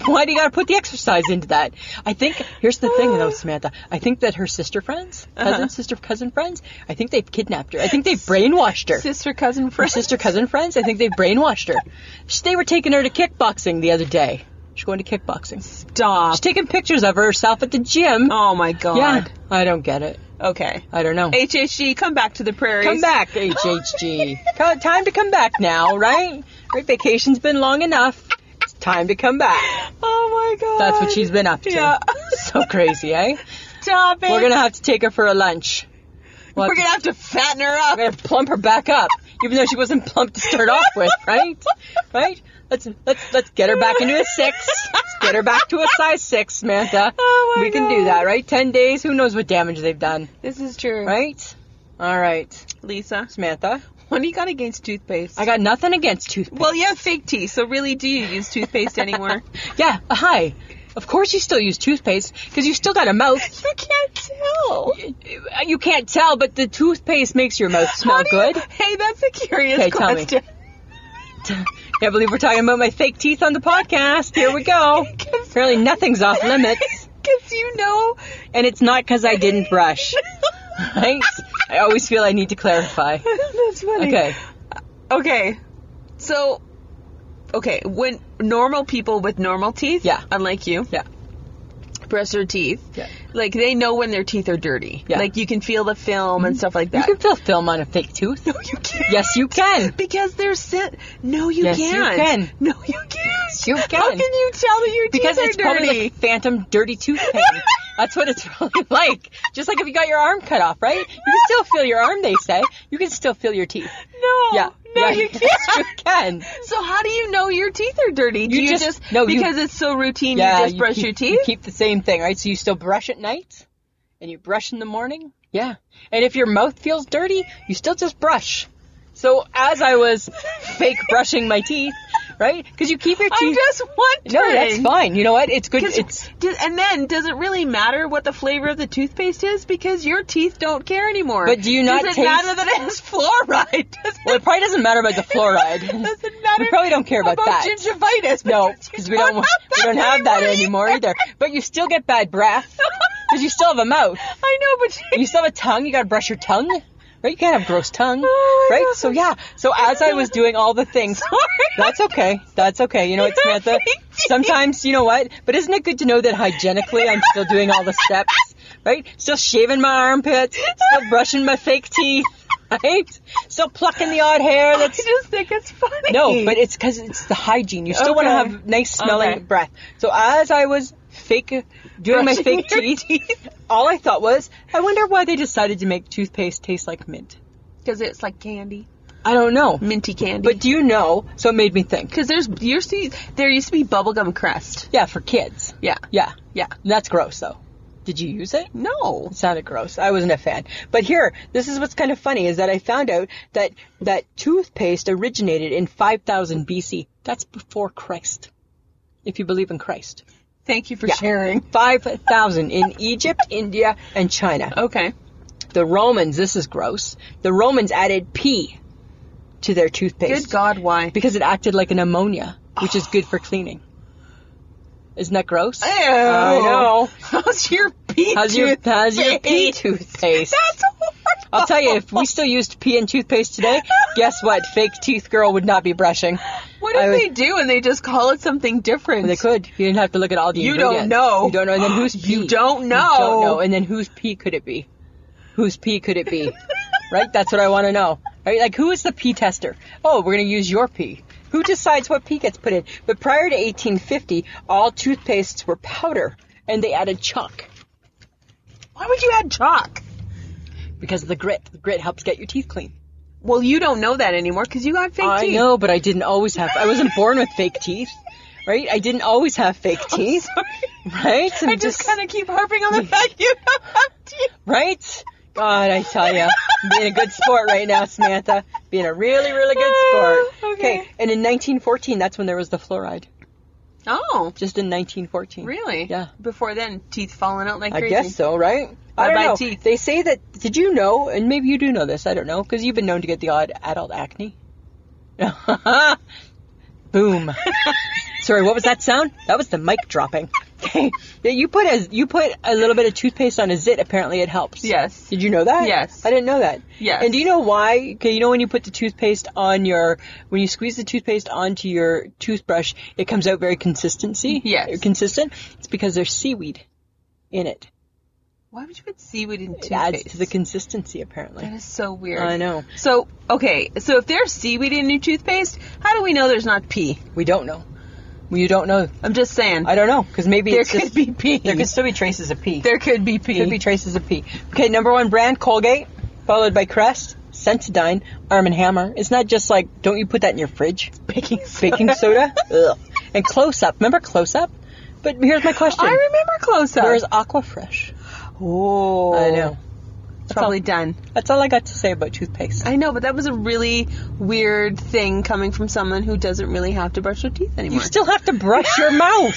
Why do you gotta put the exercise into that? I think here's the thing though, Samantha. I think that her sister friends, cousin, sister, cousin friends. I think they've kidnapped her. I think they brainwashed her. sister, cousin, her friend. sister cousin friends. I think they brainwashed her. She, they were taking her to kickboxing the other day. She's going to kickboxing. She's Stop. taking pictures of herself at the gym. Oh my god. yeah, I don't get it. Okay. I don't know. HHG, come back to the prairies. Come back, HHG. Co- time to come back now, right? Right, vacation's been long enough. It's time to come back. Oh my god. That's what she's been up to. Yeah. So crazy, eh? Stop it. We're gonna have to take her for a lunch. We'll have We're to gonna have to fatten her up. We're gonna plump her back up, even though she wasn't plump to start off with, right? Right? Let's let's let's get her back into a six. Let's get her back to a size six, Samantha. Oh my we can do God. that, right? Ten days. Who knows what damage they've done, This is true. right? All right, Lisa, Samantha. what do you got against toothpaste? I got nothing against toothpaste. Well, you have fake teeth, so really, do you use toothpaste anymore? Yeah, hi. Of course you still use toothpaste because you still got a mouth. you can't tell. You can't tell, but the toothpaste makes your mouth smell good. Hey, that's a curious Okay, tell me. question. Can't believe we're talking about my fake teeth on the podcast. Here we go. Apparently nothing's off limits. Because you know, and it's not because I didn't brush. Right? I always feel I need to clarify. that's funny. Okay. Okay. So, okay, when normal people with normal teeth, Yeah. unlike you, Yeah. brush their teeth, Yeah. like they know when their teeth are dirty. Yeah. Mm-hmm. Like you can feel the film and stuff like You that. can feel film on a fake tooth. no, you can't. Yes, you can. Because they're sit. No, you Yes, you can't. can. No, you can't. You How can. can you tell that your teeth Because are it's dirty? probably like phantom dirty tooth pain. That's what it's really like. Just like if you got your arm cut off, right? You can still feel your arm, they say. You can still feel your teeth. No, Yeah. Oh, no, Yeah, you yes, can't. you can. So how do you know your teeth are dirty? Do You you, just- just, no, you- because it's so routine? Yeah. you just brush keep, your You teeth. keep the same thing, right? So you still brush at night and you brush in the morning. Yeah. And if your mouth feels dirty, you still just brush. So as I was fake brushing my teeth, right? Because you keep your I'm teeth. just wondering. no, that's fine. You know what? It's good. 'Cause It's d- and then, does it really matter what the flavor of the toothpaste is? Because your teeth don't care anymore. But do you not Does it taste- matter that it has fluoride? Does it, well, it probably doesn't matter about the fluoride. doesn't matter. We probably don't care about, that. gingivitis. No, because we don't have we don't have that anymore either. But you still get bad breath because you still have a mouth. I know, but you, You still have a tongue. You gotta brush your tongue, right? You can't have gross tongue, Oh my right? gosh. So yeah. So as I was doing all the things, that's okay. That's okay. You know what, Samantha? Sometimes you know what? But isn't it good to know that hygienically I'm still doing all the steps, right? Still shaving my armpits, still brushing my fake teeth, right? Still plucking the odd hair I that's just think it's funny. no, but it's because it's the hygiene. You still want to Okay. have nice smelling Okay. breath. So as I was fake doing my Brushing fake your teeth, all I thought was, I wonder why they decided to make toothpaste taste like mint. because it's like candy, I don't know. minty candy. But do you know? So it made me think. because there's your teeth, there used to be bubblegum crest. Yeah, for kids. Yeah. Yeah. Yeah. And that's gross though. Did you use it? No. It sounded gross. I wasn't a fan. But here, this is what's kind of funny is that I found out that that toothpaste originated in 5000 BC. That's before Christ. If you believe in Christ. Thank you for sharing. 5,000 in Egypt, India, and China. Okay. The Romans, this is gross. The Romans added pee to their toothpaste. Good God, why? Because it acted like an ammonia, which is good for cleaning. Isn't that gross? I know. How's your pee How's your, how's your pee toothpaste? That's horrible. I'll tell you, if we still used pee and toothpaste today, guess what? Fake teeth girl would not be brushing. What if I would- they do and they just call it something different? They could. You didn't have to look at all the You don't ingredients. know. You don't know. And then whose pee? You don't You don't know. know. And then whose pee could it be? Whose pee could it be? right? That's what I want to know. Right? Like, who is the pee tester? Oh, we're going to use your pee. Who decides what pee gets put in? But prior to 1850, all toothpastes were powder, and they added chalk Why would you add chalk? because of the grit. The grit helps get your teeth clean. Well, you don't know that anymore because you got fake I teeth. know, but I didn't always have. I wasn't born with fake teeth, right? I didn't always have fake teeth, right? And I just, kind of keep harping on the fact you don't have teeth. Right? God, I tell you, being a good sport right now, Samantha. Being a really, really good sport. Okay. And in 1914, that's when there was the fluoride. Oh, Just in 1914. really? Yeah. Before then, teeth falling out like I crazy. guess so, right? I Or don't by know. teeth. They say that. Did you know? And maybe you do know this. I don't know because you've been known to get the odd adult acne. Boom. Sorry, what was that sound? That was the mic dropping. Okay. That you put a you put a little bit of toothpaste on a zit. Apparently, it helps. Yes. Did you know that? Yes. I didn't know that. Yes. And do you know why? Okay, you know when you put the toothpaste on your when you squeeze the toothpaste onto your toothbrush, it comes out very consistency. Yes. Consistent. It's because there's seaweed in it. Why would you put seaweed in It toothpaste? adds to the consistency, apparently. That is so weird. I know. So, okay, so if there's seaweed in your toothpaste, how do we know there's not pee? We don't know. We don't know. I'm just saying. I don't know because maybe there it's could just- be pee. there could still be traces of pee. There could be pee. could be traces of pee. Okay, number one brand Colgate, followed by Crest, Sensodyne, Arm and Hammer. It's not just like don't you put that in your fridge? Baking soda. baking soda. Ugh. And Close Up. Remember Close Up? But here's my question. I remember close up. Where's Aquafresh? oh, I know. It's probably done. That's all I got to say about toothpaste. I know, but that was a really weird thing coming from someone who doesn't really have to brush their teeth you anymore. still have to brush your mouth.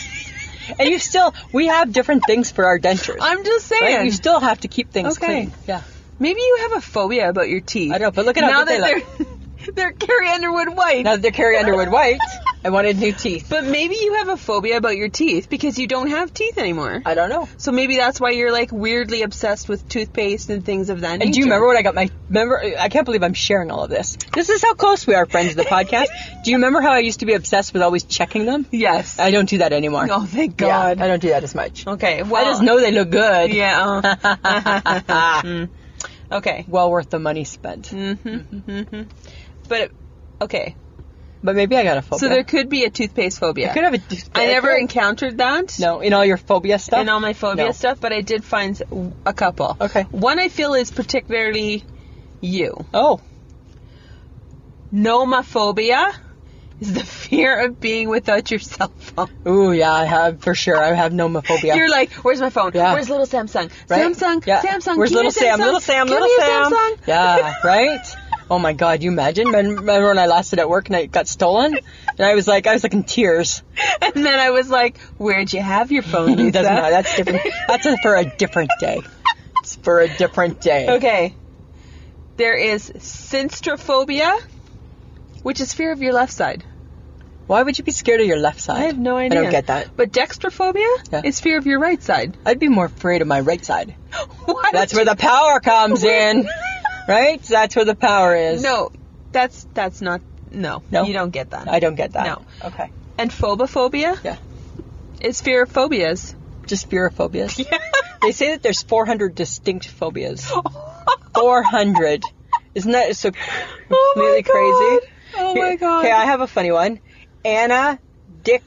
And you still, we have different things for our dentures. I'm just saying. Right? You still have to keep things Okay. clean. Yeah. Maybe you have a phobia about your teeth. I know, but look at how now that good they they're they're Carrie Underwood white. Now that they're Carrie Underwood white, I wanted new teeth. but maybe you have a phobia about your teeth because you don't have teeth anymore. I don't know. so maybe that's why you're like weirdly obsessed with toothpaste and things of that nature. And do you remember what I got my remember I can't believe I'm sharing all of this. This is how close we are friends of the podcast. do you remember how I used to be obsessed with always checking them? Yes. I don't do that anymore. oh, thank Yeah, God. I don't do that as much. okay. Well, I just know they look good. Yeah. uh, Mm. Okay. Well worth the money spent. Mm. But okay. But maybe I got a phobia. So there could be a toothpaste phobia. I could have a tooth- I never could- encountered that. No, in all your phobia stuff. In all my phobia No. stuff, but I did find s- a couple. Okay. One I feel is particularly you. Oh. Nomophobia is the fear of being without your cell phone. Ooh, yeah, I have for sure. I have nomophobia. You're like, where's my phone? Yeah. Where's little Samsung? right? Samsung, Yeah. Samsung. Where's give me little a Sam? Little Sam, Give little me a Sam. Samsung. Yeah, right? Oh my god, you imagine? Remember remember when I lasted at work and it got stolen? And I was like, I was like in tears. And then I was like, "Where'd you have your phone, Lisa?" It doesn't matter. That's different. That's a- for a different day. It's for a different day. Okay. There is sinstrophobia, which is fear of your left side. Why would you be scared of your left side? I have no idea. I don't get that. But dextrophobia Yeah. is fear of your right side. I'd be more afraid of my right side. Why That's would where the power comes in, right? That's where the power you- is. No, that's that's not. No, No? you don't get that. I don't get that. No. Okay. And phobophobia Yeah. is fear of phobias. Just fear of phobias. They say that there's 400 distinct phobias. 400. Isn't that so Oh my completely God. crazy? Oh my god. Okay, I have a funny one.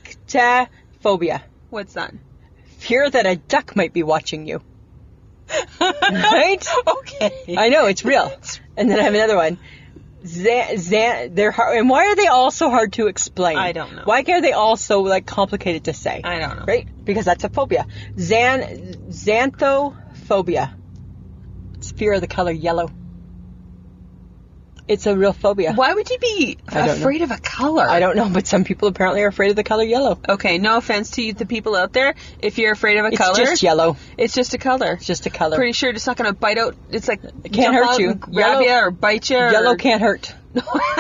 Anadictaphobia. What's that? Fear that a duck might be watching you. right? Okay. I know, it's real. And then I have another one. Zan, zan, they're hard, and why are they all so hard to explain? I don't know. Why are they all so like complicated to say? I don't know. Right? Because that's a phobia. Zan, xanthophobia. It's fear of the color yellow. It's a real phobia. Why would you be I don't know. afraid of a color? I don't know, but some people apparently are afraid of the color yellow. Okay, no offense to you, the people out there. If you're afraid of a It's color, just yellow. it's just a color. It's just a color. Pretty sure it's not going to bite out. It's like it can't hurt you. And grab Yellow- you or bite you. yellow or... can't hurt.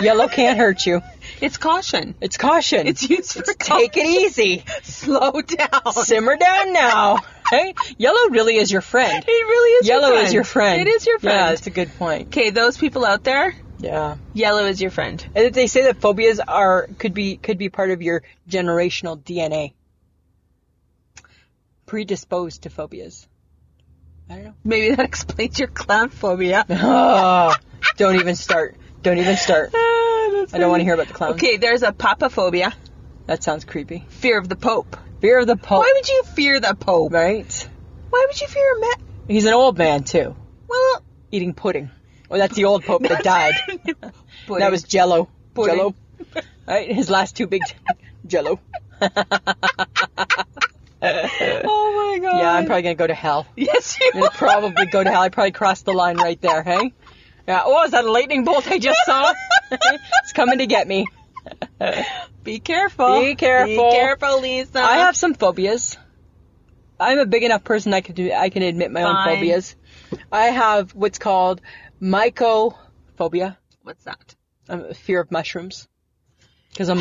yellow can't hurt you. It's caution. It's caution. It's used for Take it easy. Slow down. Simmer down now. Right? Yellow really is your friend. It really is. Yellow your is your friend. It is your Yeah, friend. that's a good point. okay, those people out there, Yeah. yellow is your friend. And they say that phobias are could be could be part of your generational DNA. Predisposed to phobias. I don't know. Maybe that explains your clown phobia. Oh, don't even start. Don't even start. I don't want to hear about the clowns. Ah, Okay, there's a papaphobia, That sounds creepy. fear of the pope. Fear of the Pope. Why would you fear the pope? right? Why would you fear a man? He's an old man too, Well, eating pudding. Oh, that's the old Pope that died. That was Jello. Pudding. Jello. Right? His last two big Jello. Oh my god. Yeah, I'm probably gonna go to hell. Yes, you. It'll probably go to hell. I probably crossed the line right there, hey? Yeah. Oh, is that a lightning bolt I just saw? it's coming to get me. Be careful. Be careful. Be careful, Lisa. I have some phobias. I'm a big enough person I could do I can admit my Fine. own phobias. I have what's called mycophobia. What's that? I'm a fear of mushrooms. Because I'm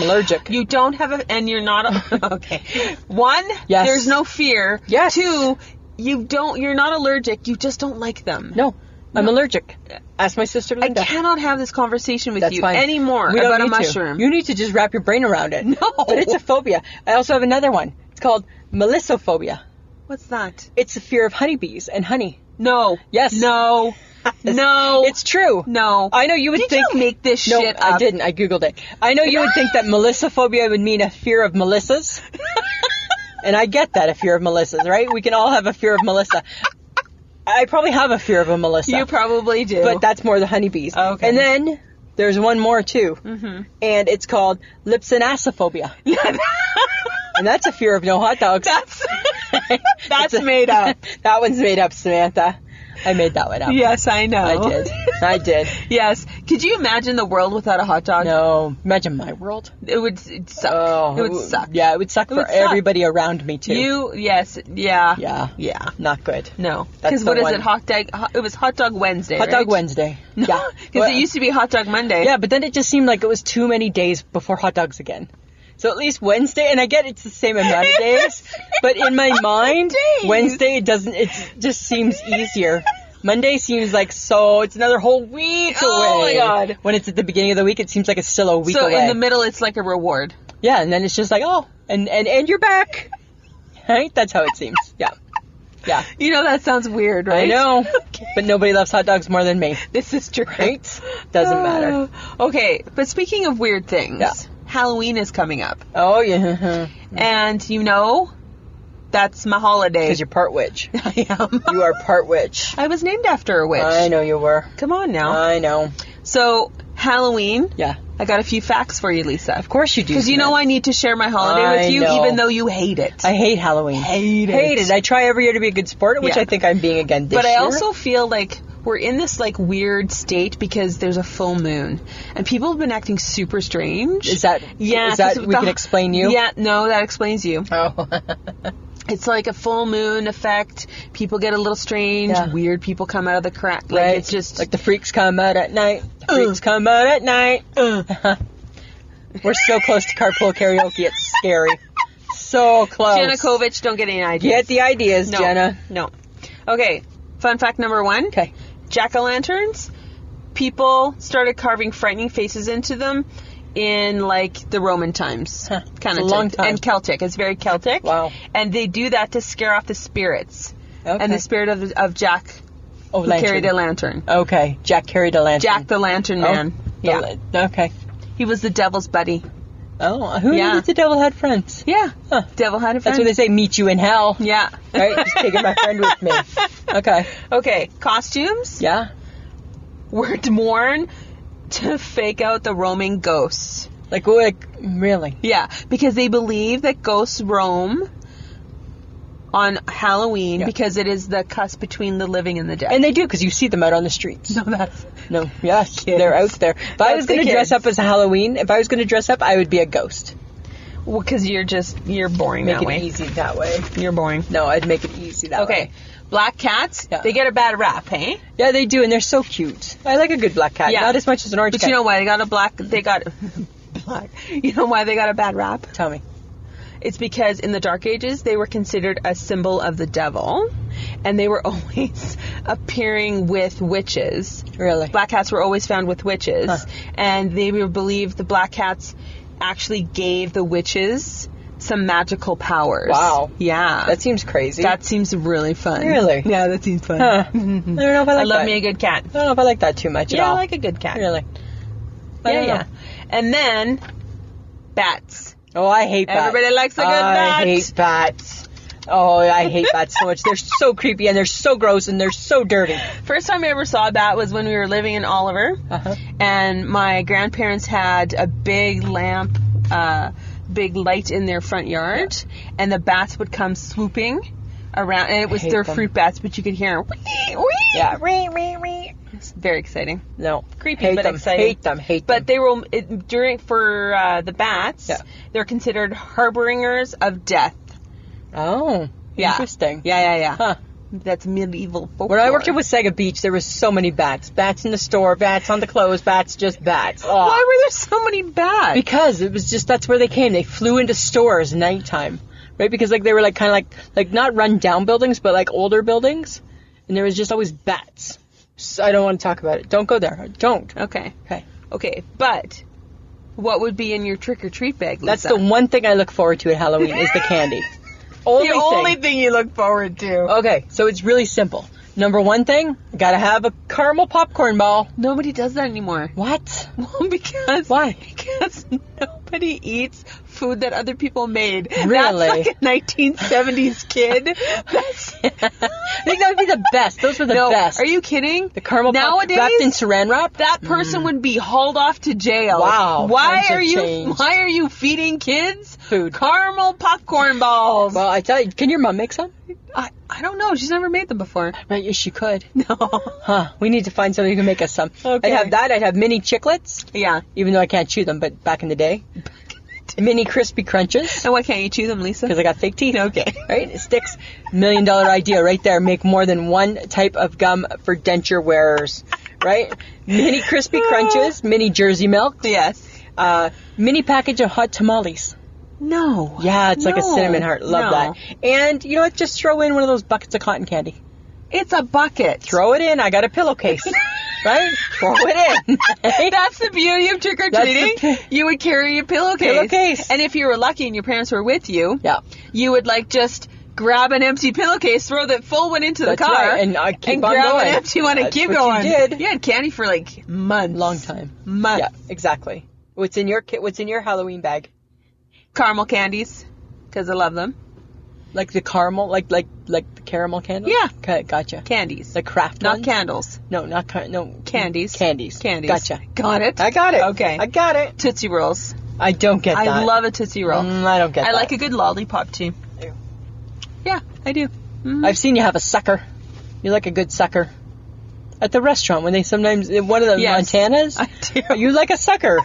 allergic. You don't have a, and you're not. A, okay. One. Yes. There's no fear. Yes. Two. You don't. You're not allergic. You just don't like them. No, I'm allergic. Ask my sister I Linda. cannot have this conversation with That's you fine. anymore We don't about a need to. mushroom. You need to just wrap your brain around it. No. But it's a phobia. I also have another one. It's called melissophobia. What's that? It's the fear of honeybees and honey. No. Yes. No. no. It's true. No. I know you would Did think you make this no, shit I up? didn't. I googled it. I know you would think that melissophobia would mean a fear of Melissa's. and I get that a fear of Melissa's, right? We can all have a fear of Melissa. I probably have a fear of a Melissa. You probably do. but that's more the honeybees. Oh, Okay. And then there's one more too, mm-hmm. and it's called lipsinassophobia. and that's a fear of no hot dogs. that's that's made up. that one's made up, Samantha. I made that one up. Yes, I know. I did. I did. Yes. Could you imagine the world without a hot dog? No, imagine my world. It would it'd suck. Oh, it would suck. Yeah, it would suck would for suck. everybody around me too. You yes yeah Yeah. yeah Not good. no That's because the what is one. it hot dog hot, it was hot dog Wednesday Hot dog right? Wednesday. Yeah. because it used to be hot dog Monday Yeah, but then it just seemed like it was too many days before hot dogs again. So at least Wednesday, and I get it's the same amount of days, but in my mind, days. Wednesday it doesn't. It just seems easier. Monday seems like so. It's another whole week Oh my away. God. When it's at the beginning of the week, it seems like it's still a week so away. in the middle it's like a reward yeah, and then it's just like oh, and and and you're back, right? That's how it seems. Yeah, yeah. you know that sounds weird right I know, but nobody loves hot dogs more than me. this is true Right? Doesn't matter. okay but speaking of weird things Yeah. Halloween is coming up Oh yeah, and you know that's my holiday because you're part witch. I am You are part witch. I was named after a witch I know you were. come on now I know. so Halloween Yeah. I got a few facts for you Lisa Of course you do. Because you know Samantha. I need to share my holiday I with you, know. even though you hate it. I hate Halloween. hate Hate it. I try every year to be a good sport, which Yeah. I think I'm being again this but I year. also feel like we're in this like weird state because there's a full moon, and people have been acting super strange. Is that- yeah? is that- 'cause we can explain you? Yeah, no, that explains you. Oh. It's like a full moon effect. People get a little strange. Yeah. Weird people come out of the crack. Like right. it's just like the freaks come out at night. Freaks come out at night. We're so close to carpool karaoke. It's scary. So close. Janakovich. Don't get any ideas. Get the ideas, no, Oh. Jenna. No. Okay. Fun fact number one. Okay. Jack o' lanterns. People started carving frightening faces into them in like the Roman times, Huh. kind It's a of long time. and Celtic. It's very Celtic. Wow. And they do that to scare off the spirits. Okay. And the spirit of, of Jack Oh, who lantern. carried a lantern. Okay. Jack carried a lantern. Jack the Lantern Oh, Man. the yeah. la- Okay. he was the devil's buddy. Oh, who Yeah. knew that the devil had friends? Yeah. Huh. Devil had a friend. That's what they say. Meet you in hell. Yeah. Right. Just taking my friend with me. Okay. Okay. Costumes Yeah. were worn to fake out the roaming ghosts. Like what? Like, really? Yeah, because they believe that ghosts roam on Halloween Yeah. because it is the cusp between the living and the dead. And they do because you see them out on the streets. so that's No, yes, they're out there. If I That's was the going to dress kids. up as Halloween, if I was going to dress up, I would be a ghost. because you're just you're boring Make that it way. easy that way. You're boring. No, I'd make it easy that way. Okay, black cats Yeah. they get a bad rap, hey? Yeah, they do, and they're so cute. I like a good black cat, Yeah. not as much as an orange But cat. you know why they got a black? They got black. You know why they got a bad rap? tell me. It's because in the Dark Ages they were considered a symbol of the devil, and they were always appearing with witches. Really? Black cats were always found with witches, Huh. and they were believed the black cats actually gave the witches some magical powers. Wow. Yeah. That seems crazy. that seems really fun. Really? Yeah, that seems fun. Huh. I don't know if I like I love that. me a good cat. I don't know if I like that too much at Yeah, I all. like a good cat. Really? I Yeah, don't know. yeah. And then bats. Oh, I hate bats. Everybody likes a good I bat. hate bats. Oh, I hate bats so much. They're so creepy and they're so gross and they're so dirty. First time I ever saw a bat was when we were living in Oliver, Uh-huh. and my grandparents had a big lamp, uh, big light in their front yard, and the bats would come swooping around, and it was hate their them. fruit bats, but you could hear them. Wee, wee. Yeah. It's very exciting. No. Creepy, hate but them. exciting. Hate them. Hate But them. they were it, during for uh, the bats. Yeah. They're considered harbingers of death. Oh. Yeah. Interesting. Yeah, yeah, yeah. Huh. That's medieval folklore. When I worked at Wasaga Beach, there was so many bats. Bats in the store, bats on the clothes, bats, just bats. Aw. why were there so many bats? Because it was just that's where they came. They flew into stores nighttime, right? Because like they were like kind of like like not run down buildings, but like older buildings, and there was just always bats. So I don't want to talk about it. Don't go there. Don't. okay. Okay. Okay, but what would be in your trick or treat bag? Lisa? That's the one thing I look forward to at Halloween is the candy. Only Oh. The only thing you look forward to. Oh, Okay, so it's really simple. Number one thing, gotta have a caramel popcorn ball. Nobody does that anymore. What? Well, because Why? Because nobody eats food that other people made. Really? That's like a 1970s kid. That's I think that would be the best. Those were the no. best. Are you kidding? the caramel popcorn nowadays? wrapped in saran wrap? that person would be hauled off to jail. Wow, Why times have are you changed. why are you feeding kids Food. caramel popcorn balls? Well, I tell you, can your mom make some? I, I don't know. She's never made them before. Right, yes, she could. No. Huh, Ah, we need to find somebody who can make us some. Okay. I'd have that. I'd have mini chiclets, Yeah. even though I can't chew them, but back in the day. mini crispy crunches, And Oh, why can't you chew them, Lisa? because I got thick teeth. Okay. Right? Sticks. Million dollar idea right there. Make more than one type of gum for denture wearers. Right? Mini crispy crunches, mini jersey milk, Ah. Yes. uh, mini package of hot tamales. No. Yeah, it's like a No. cinnamon heart. No. Love that. And you know what? Just throw in one of those buckets of cotton candy. It's a bucket. Throw it in. I got a pillowcase. right? Throw it in. That's the beauty of trick or treating. That's the pi- you would carry a pillowcase. Pillowcase. And if you were lucky and your parents were with you, Yeah. you would like just grab an empty pillowcase, throw that full one into That's the car, right, and, uh, keep and on grab going. an empty one and That's keep what you going. did. You had candy for like months. Long time. Months. Yeah, exactly. What's in your kit? What's in your Halloween bag? Caramel candies, because I love them. Like the caramel, like like like the caramel candle. Yeah. okay, gotcha. Candies. the craft not ones? candles. No, not ca- no Candies. Candies. Candies. Gotcha. Got it. I got it. Okay. I got it. Tootsie Rolls. I don't get that. I love a Tootsie Roll. Mm, I don't get I that. like a good lollipop too. Yeah, I do. I've seen you have a sucker. You like a good sucker. at the restaurant when they sometimes one of the Yes. Montanas. I do. You're like a sucker.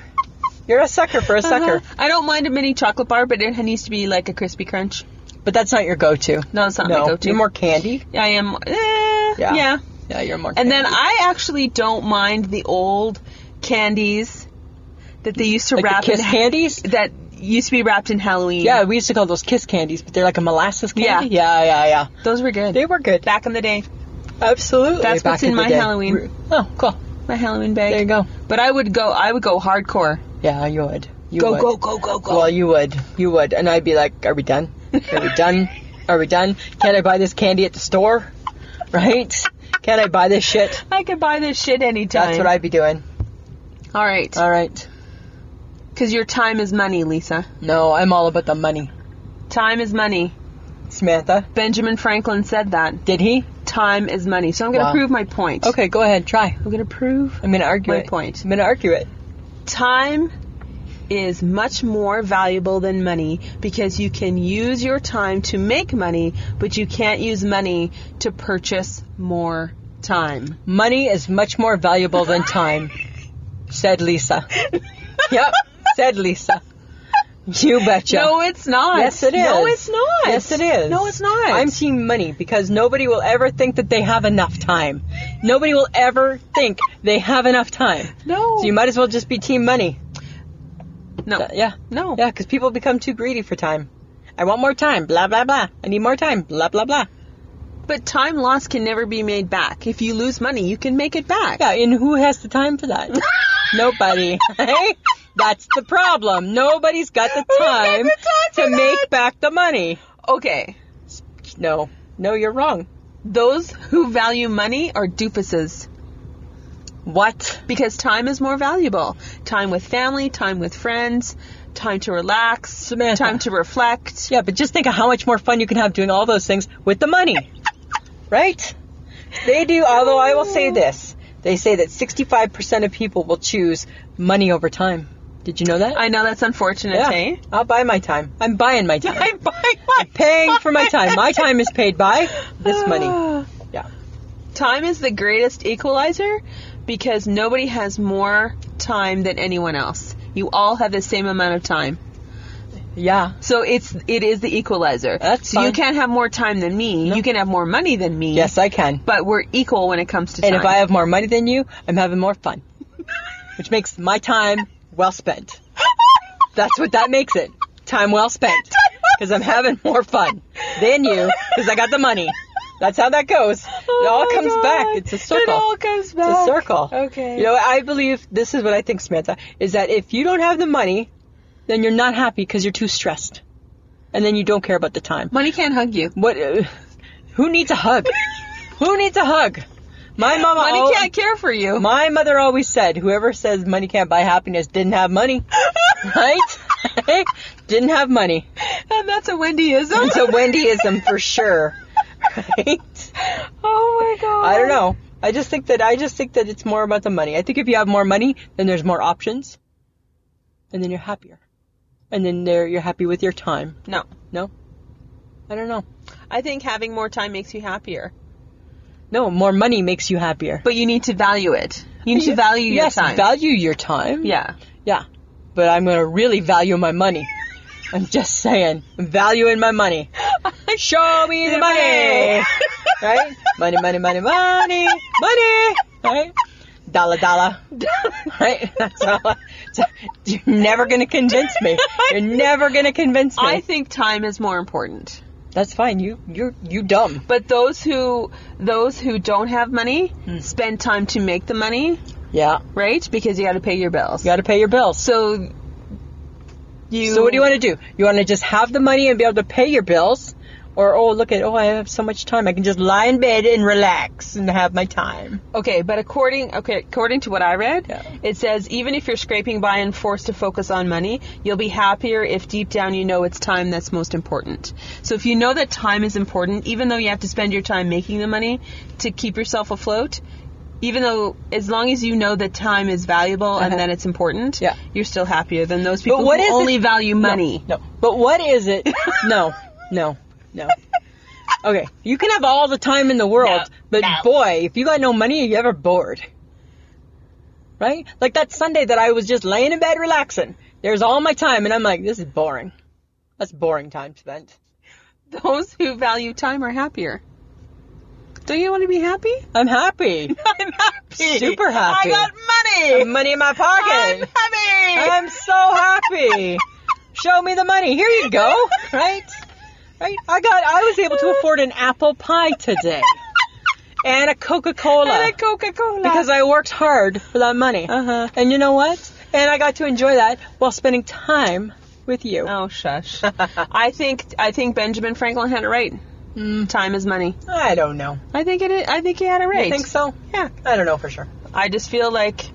You're a sucker for a sucker. Uh-huh. I don't mind a mini chocolate bar, but it needs to be like a crispy crunch. But that's not your go-to. No, it's not my go-to. You're more candy. I am. Eh, yeah. Yeah, you're more. And candy. then I actually don't mind the old candies that they used to like wrap the kiss in candies. that used to be wrapped in Halloween. Yeah, we used to call those kiss candies, but they're like a molasses candy. Yeah. yeah, yeah. yeah. those were good. They were good. back in the day. Absolutely. That's back what's in the my day. Halloween. Oh, cool. My Halloween bag. There you go. But I would go. I would go hardcore. Yeah, you would. You Go would. go go go go. Well, you would. You would. And I'd be like, are we done? Are we done? Are we done? Can I buy this candy at the store? Right? Can I buy this shit? I could buy this shit anytime. That's what Uh, I'd be doing. All right. All right. Because your time is money, Lisa. No, I'm all about the money. Time is money. Samantha, Benjamin Franklin said that. did he? Time is money. So I'm going to Wow. prove my point. Okay, go ahead. Try. I'm going to prove I'm going to argue my it. point. I'm going to argue it. Time is much more valuable than money because you can use your time to make money, but you can't use money to purchase more time. Money is much more valuable than time, said Lisa. yep, said Lisa. You betcha. No, it's not. Yes, it is. No, it's not. Yes, it is. No, it's not. I'm team money because nobody will ever think that they have enough time. Nobody will ever think they have enough time. no. So you might as well just be team money. no. Yeah. No. Yeah, because people become too greedy for time. I want more time. Blah blah blah. I need more time. Blah blah blah. But time lost can never be made back. If you lose money, you can make it back. Yeah, and who has the time for that? Nobody. Hey? That's the problem. Nobody's got the time, the time for to that? make back the money. Okay. No. No, you're wrong. Those who value money are doofuses. What? because time is more valuable. Time with family, time with friends, time to relax, Samantha. time to reflect. Yeah, but just think of how much more fun you can have doing all those things with the money. right? They do, although I will say this. They say that 65% of people will choose money over time. Did you know that? I know that's unfortunate, eh? I'll buy my time. I'm buying my time. I'm buying my paying for my time. My time is paid by this money. Yeah. Time is the greatest equalizer because nobody has more time than anyone else. You all have the same amount of time. Yeah. So it's it is the equalizer. That's so you fine. can't have more time than me. You can have more money than me. Yes, I can. But we're equal when it comes to And time. if I have more money than you, I'm having more fun. Which makes my time well spent. That's what that makes it. Time well spent. Because I'm having more fun than you because I got the money. That's how that goes. Oh it all my comes back. God. It's a circle. It all comes back. It's a circle. Okay. You know, I believe this is what I think, Samantha, is that if you don't have the money, then you're not happy because you're too stressed. And then you don't care about the time. money can't hug you. What? Uh, who needs a hug? who needs a hug? My mama. Money al- can't care for you. My mother always said, "Whoever says money can't buy happiness didn't have money, right? didn't have money." and that's a Wendyism. It's a Wendyism for sure, right? Oh my god. I don't know. I just think that I just think that it's more about the money. I think if you have more money, then there's more options, and then you're happier, and then there you're happy with your time. No. No, I don't know. I think having more time makes you happier. No, more money makes you happier. But you need to value it. You need to value yes, your time. value your time. yeah. Yeah. But I'm going to really value my money. I'm just saying. I'm valuing my money. Show me the money. right? Money, money, money, money. Money. Right? Dollar, dollar. right? That's all. I- so You're never going to convince me. You're never going to convince me. I think time is more important. That's fine. You you're you dumb. But those who those who don't have money spend time to make the money, Yeah. You right? Because you got to pay your bills. got to pay your bills. So you So what do you want to do? You want to just have the money and be able to pay your bills, or oh look at oh I have so much time I can just lie in bed and relax and have my time. Okay, but according okay according to what I read, Yeah. it says even if you're scraping by and forced to focus on money, you'll be happier if deep down you know it's time that's most important. So if you know that time is important, even though you have to spend your time making the money to keep yourself afloat, even though as long as you know that time is valuable and that it's important, Uh-huh. Yeah. you're still happier than those people what who is only it- value money. No, but what is it? no, no, no. Okay, you can have all the time in the world, No, but no. boy, if you got no money, you ever bored. Right? Like that Sunday that I was just laying in bed relaxing. There's all my time, and I'm like, this is boring. That's boring time spent. Those who value time are happier. Don't you want to be happy? I'm happy. I'm happy. Super happy. I got money. money in my I'm pocket. happy. I'm so happy. Show me the money. Here you go. Right? Right? I got I was able to afford an apple pie today. And a Coca-Cola. And a Coca-Cola. because I worked hard for that money. Uh-huh. And you know what? And I got to enjoy that while spending time with you. Oh shush. I think I think Benjamin Franklin had it right. Time is money. Mm. I don't know. I think it. I think he had it right. You think so? Yeah. I don't know for sure. I just feel like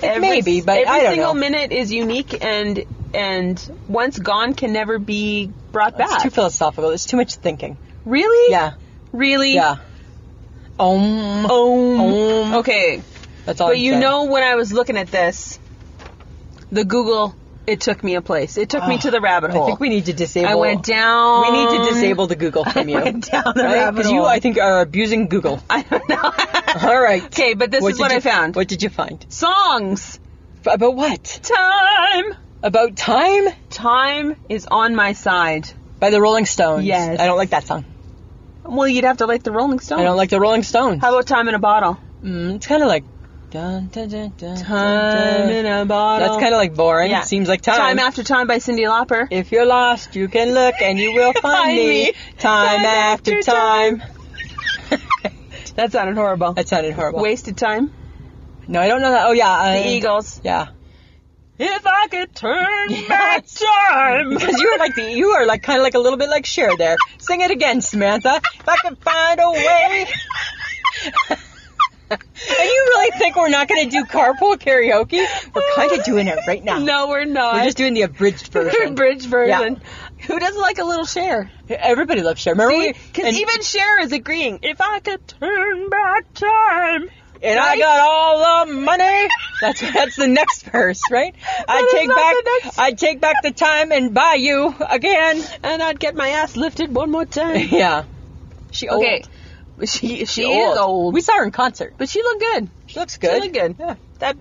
It may be, but every I don't single know. minute is unique and and once gone can never be brought It's back. too philosophical. It's too much thinking. really? Yeah. Really? Yeah. Um. Oh. Om. Okay. That's all. But I'm you saying. know when I was looking at this, the Google it took me a place. It took me to the rabbit hole. Ah, Oh, I think we need to disable. I went down. We need to disable the Google from you. went down the rabbit Because you, hole. I think, are abusing Google. I don't know. All right. Okay, but this What is did what you- I found. What did you find? Songs. F- About what? Time. About time Time is on my side. by the Rolling Stones. Yes. I don't like that song. Well, you'd have to like the Rolling Stones. I don't like the Rolling Stones. How about time in a bottle? Mm, it's kind of like. Dun, dun, dun, dun, dun, dun. a bottle. Uh, That's kind of like boring. It seems like time. Time after time by Cindy Lauper. if you're lost, you can look and you will find Find me. me. Time Time after after time. that sounded horrible. That sounded horrible. Wasted time. No, I don't know that. Oh yeah, uh, The Eagles. Yeah. If I could turn back time. Because you are like the, you are like kind of like a little bit like Cher there. Sing it again, Samantha. If I can find a way. and you really think we're not going to do carpool karaoke? We're kind of doing it right now. No, we're not. We're just doing the abridged version. bridge version. Who doesn't like a little share? Everybody loves Cher. Remember we- Because and- even Cher is agreeing. If I could turn back time. and I Right? got all the money. That's that's the next verse, right? I is take not back the next- I take back the time and buy you again. And I'd get my ass lifted one more time. Yeah. She old. okay. She, she is old. We saw her in concert. but she looked good. She looks She good. looked good. That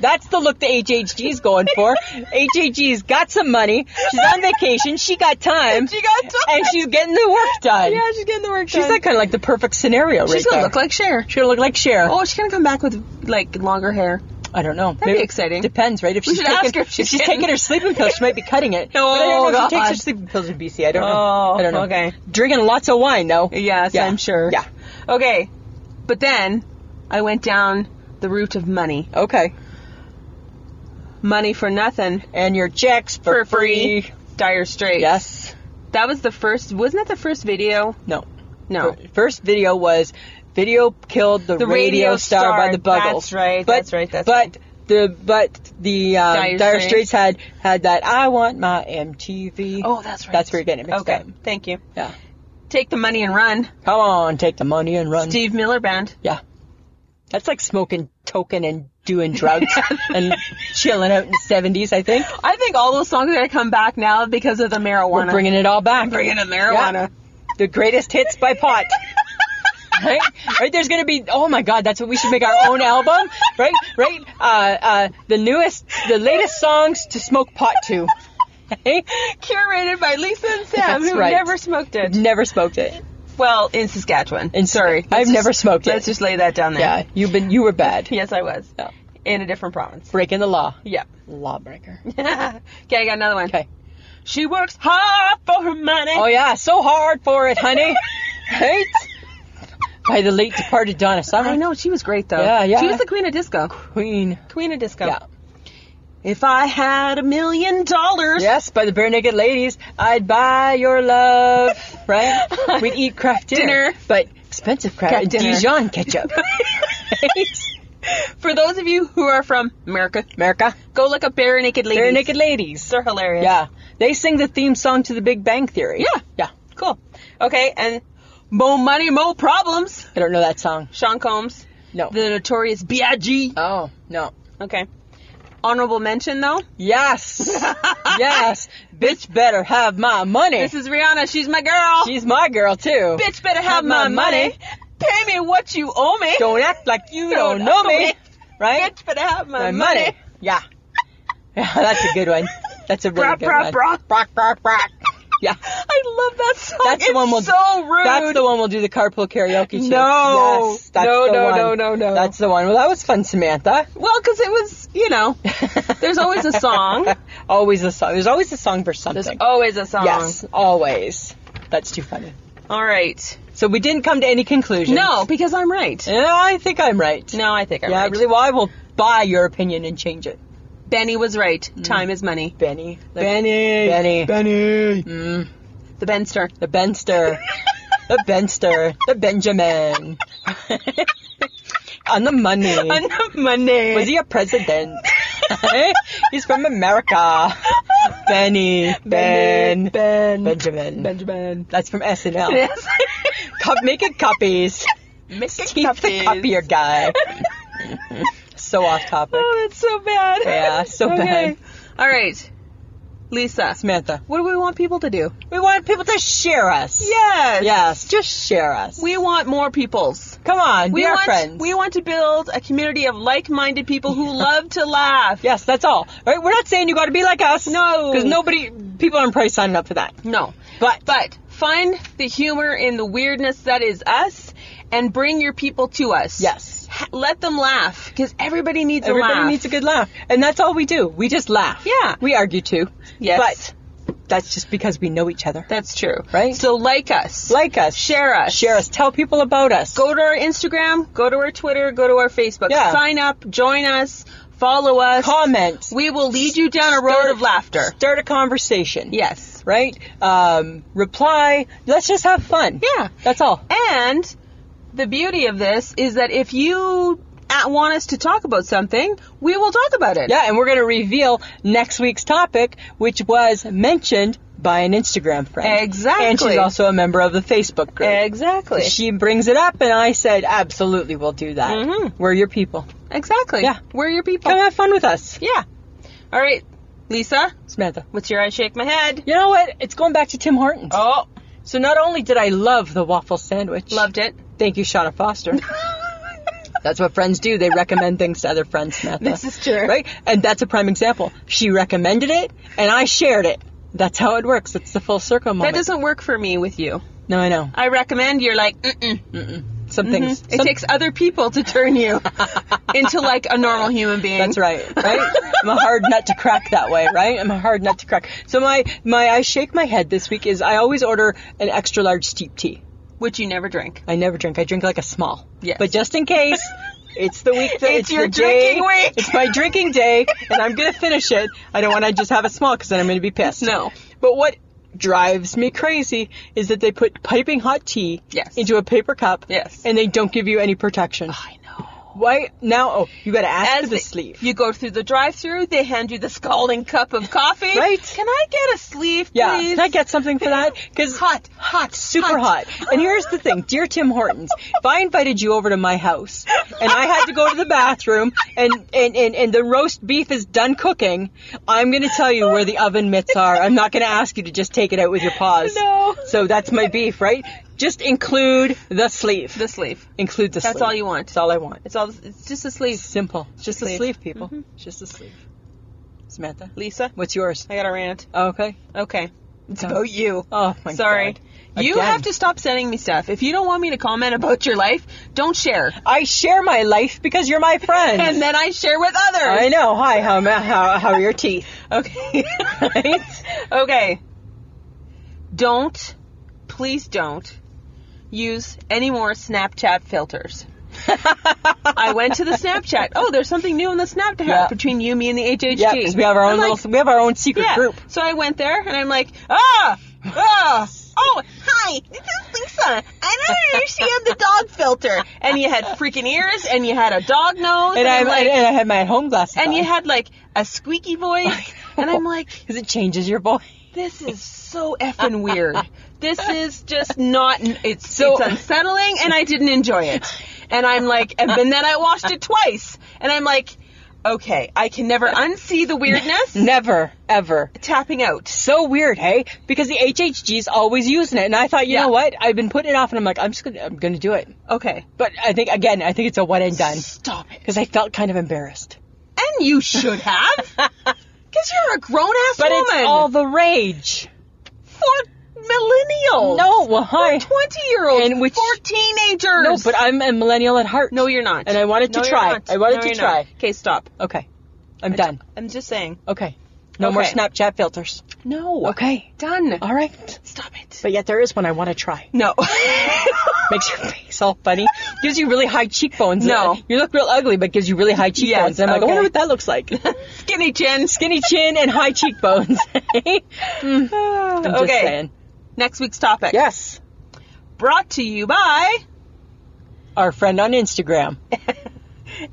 That's the look the HHG's going for. HHG's got some money. She's on vacation. She got time. she got time. And she's getting the work done. yeah, she's getting the work she's done. like kind of like the perfect scenario right she's gonna there. look like Cher. she'll look like Cher. Oh, she's gonna come back with like longer hair. I don't know. That'd be exciting. Depends, right? If We she's should taking, ask her if she's getting- taking her sleeping pills, she might be cutting it. Oh, but I don't know God. if she takes her sleeping pills in BC. I don't know. Oh, I don't know. okay. Drinking lots of wine, though. Yes, I'm sure. Yeah. Okay, but then I went down the route of money. Okay. Money for nothing And your checks for, for free. Dire Straits. Yes. That was the first. Wasn't that the first video? No. No. Fir- First video was video killed the, The radio, Radio star, Star. by the Buggles. That's right, But, that's right, that's but right. the but the um, Dire, Dire Straits Straits. had had that I want my MTV. Oh, that's right. That's where you're getting it mixed Okay. up. Thank you. Yeah. Take the money and run. Come on, take the money and run. Steve Miller Band. Yeah. That's like smoking token and doing drugs and chilling out in the 70s, I think. I think all those songs are gonna come back now because of the marijuana. We're bringing it all back. bringing in marijuana. The greatest hits by pot. Right? Right? There's gonna be oh my god, that's what we should make our own album. Right? Right? Uh, uh, the newest the latest songs to smoke pot to. Hey? Curated by Lisa and Sam, That's who right. never smoked it. Never smoked it. Well, in Saskatchewan. In- Sorry. I've Let's never just- smoked it. Let's just lay that down there. Yeah. You've been you were bad. Yes, I was. Yeah. In a different province. Breaking the law. Yeah. Lawbreaker. Okay, I got another one. Okay. She works hard for her money. Oh yeah, so hard for it, honey. right? By the late departed Donna Summer. I know, she was great though. Yeah, yeah. She was the queen of disco. Queen. Queen of disco. Yeah. If I had a million dollars. Yes, by the bare naked ladies. I'd buy your love. Right? We'd eat craft dinner. Dinner. But expensive Kraft craft dinner. Dijon ketchup. Right? For those of you who are from America, America. go look up Bare Naked Ladies. Bare naked ladies. They're hilarious. Yeah. They sing the theme song to the Big Bang Theory. Yeah. Yeah. Cool. Okay, and Mo Money, Mo Problems. I don't know that song. Sean Combs, No. the notorious B.I.G. oh, no. Okay. Honorable mention though. Yes. yes. Bitch better have my money. This is Rihanna. She's my girl. She's my girl too. Bitch better have, my, money. Pay me what you owe me. Don't act like you don't, Don't know owe me. me. Right? Bitch better have my, My money. Yeah. Yeah, that's a good one. That's a really Brah, good brah, one. brah. Brock, brock, brock. Yeah. I love that song. That's the It's one we'll so rude. That's the one we'll do the carpool karaoke to. No. Yes, that's No, the no, one. no, no, no. That's the one. Well, that was fun, Samantha. Well, because it was, you know, there's always a song. Always a song. There's always a song for something. There's always a song. Yes, always. That's too funny. All right. So we didn't come to any conclusions. No, because I'm right. No, I think I'm right. No, I think I'm yeah, right. really. Well, I will buy your opinion and change it, Benny was right. Mm. Time is money. Benny. The Benny. Benny. Mm. Benny. The Benster. The Benster. the Benster. The Benjamin. On the money. Enough money. Was he a president? Eh? He's from America. Benny. Ben. Ben. Benjamin. Benjamin. That's from SNL. Yes. Cop- making copies. Mr. He's the copier guy. so off topic. Oh, that's so bad. Yeah, so Okay. bad. All right. Lisa. Samantha, What do we want people to do? we want people to share us. Yes. Yes, just share us. We want more peoples. Come on, We be our want friends. we want to build a community of like-minded people who love to laugh. yes, that's all. Right? We're not saying you got to be like us. No. because nobody, people aren't probably signing up for that. No. But But find the humor in the weirdness that is us and bring your people to us. Yes. Ha- Let them laugh because everybody needs everybody a laugh. needs a good laugh, and that's all we do. We just laugh. Yeah. we argue too. Yes. but that's just because we know each other. That's true. Right? So like us. like us, share us. share us, tell people about us. Go to our Instagram, go to our Twitter, go to our Facebook. Yeah. Sign up, join us, follow us. comment. We will lead you down a road Start- of laughter. Start a conversation. Yes. Right? Um, reply. Let's just have fun. Yeah. That's all. And the beauty of this is that if you uh, want us to talk about something, we will talk about it. Yeah, and we're going to reveal next week's topic, which was mentioned by an Instagram friend. Exactly. And she's also a member of the Facebook group. Exactly. She brings it up, and I said, absolutely, we'll do that. Mm-hmm. We're your people. exactly. Yeah. We're your people. Come have fun with us. Yeah. All right, Lisa. Samantha. What's your I shake my head? You know what? It's going back to Tim Hortons. Oh, So not only did I love the waffle sandwich. loved it. Thank you, Shauna Foster. that's what friends do. They recommend things to other friends, Samantha. This is true. Right? And that's a prime example. She recommended it, and I shared it. That's how it works. It's the full circle That moment. doesn't work for me with you. no, I know. I recommend you're like, mm-mm. Some things. Mm-hmm. It some- takes other people to turn you into like a normal human being. That's right. Right? I'm a hard nut to crack that way, right? I'm a hard nut to crack. So my my I shake my head this week is I always order an extra large steep tea. Which you never drink. I never drink. I drink like a small. Yes. But just in case, it's the week. That, It's the your day- drinking week. It's my drinking day, and I'm gonna finish it. I don't want to just have a small because then I'm gonna be pissed. No. But what drives me crazy is that they put piping hot tea Yes. into a paper cup. Yes. And they don't give you any protection. I know. Why now? Oh, you gotta ask for the they- sleeve. You go through the drive-through, they hand you the scalding cup of coffee. Right. Can I get a sleeve, Yeah, please? can I get something for that? Because hot, hot, super hot. And here's the thing, dear Tim Hortons, if I invited you over to my house and I had to go to the bathroom and and and, and the roast beef is done cooking, I'm gonna tell you where the oven mitts are. I'm not gonna ask you to just take it out with your paws. No. So that's my beef, right? Just include the sleeve. the sleeve. include the That's sleeve. all you want. That's all I want. It's all. It's just a sleeve. Simple. Just a Sleeve. Mm-hmm. sleeve, people. Just a sleeve. Samantha, Lisa, what's yours? I got a rant. Okay. Okay. It's Go. about you. Oh my Sorry. God. You Again. have to stop sending me stuff. If you don't want me to comment about your life, don't share. I share my life because you're my friend. And then I share with others. I know. Hi, how, how, how are your teeth? Okay. Right? okay. Don't, please don't use any more Snapchat filters. I went to the Snapchat. Oh, there's something new on the Snapchat Yeah. between you, me, and the HHG. Yeah, 'cause we have our I'm own like, little, we have our own secret yeah. group. So I went there and I'm like, ah, ah, oh, hi, this is Lisa. I don't understand the dog filter. And you had freaking ears, and you had a dog nose, And, I, I'm like, and I had my at home glasses. and you on. had like a squeaky voice, and I'm like, because it changes your voice. this is so effing weird. This is just not. It's So- it's unsettling, and I didn't enjoy it. And I'm like, and then, then I watched it twice, and I'm like, Okay, I can never unsee the weirdness. Never, ever. Tapping out. So weird, hey? Because the HHG's always using it, and I thought, you Yeah. know what? I've been putting it off, and I'm like, I'm just gonna, I'm gonna do it. Okay. But I think again, I think it's a one and done Stop it. because I felt kind of embarrassed. And you should have. Because you're a grown ass But woman. it's all the rage. for millennials. No, why? 20 year olds. And which- For teenagers. No, but I'm a millennial at heart. No, you're not. And I wanted to No, you're try. not. I wanted No, to you're try. not. Okay, stop. Okay, I'm done. I'm just saying. Okay, no more Okay. Snapchat filters. No. Okay, Done. all right. Stop it. But yet there is one I want to try. no. Makes your face all funny. Gives you really high cheekbones. No. you look real ugly, but gives you really high cheekbones. and I'm like, I okay. wonder what that looks like. Skinny chin. Skinny chin and high cheekbones. Mm, I'm just okay. saying. Next week's topic. Yes, Brought to you by our friend on Instagram.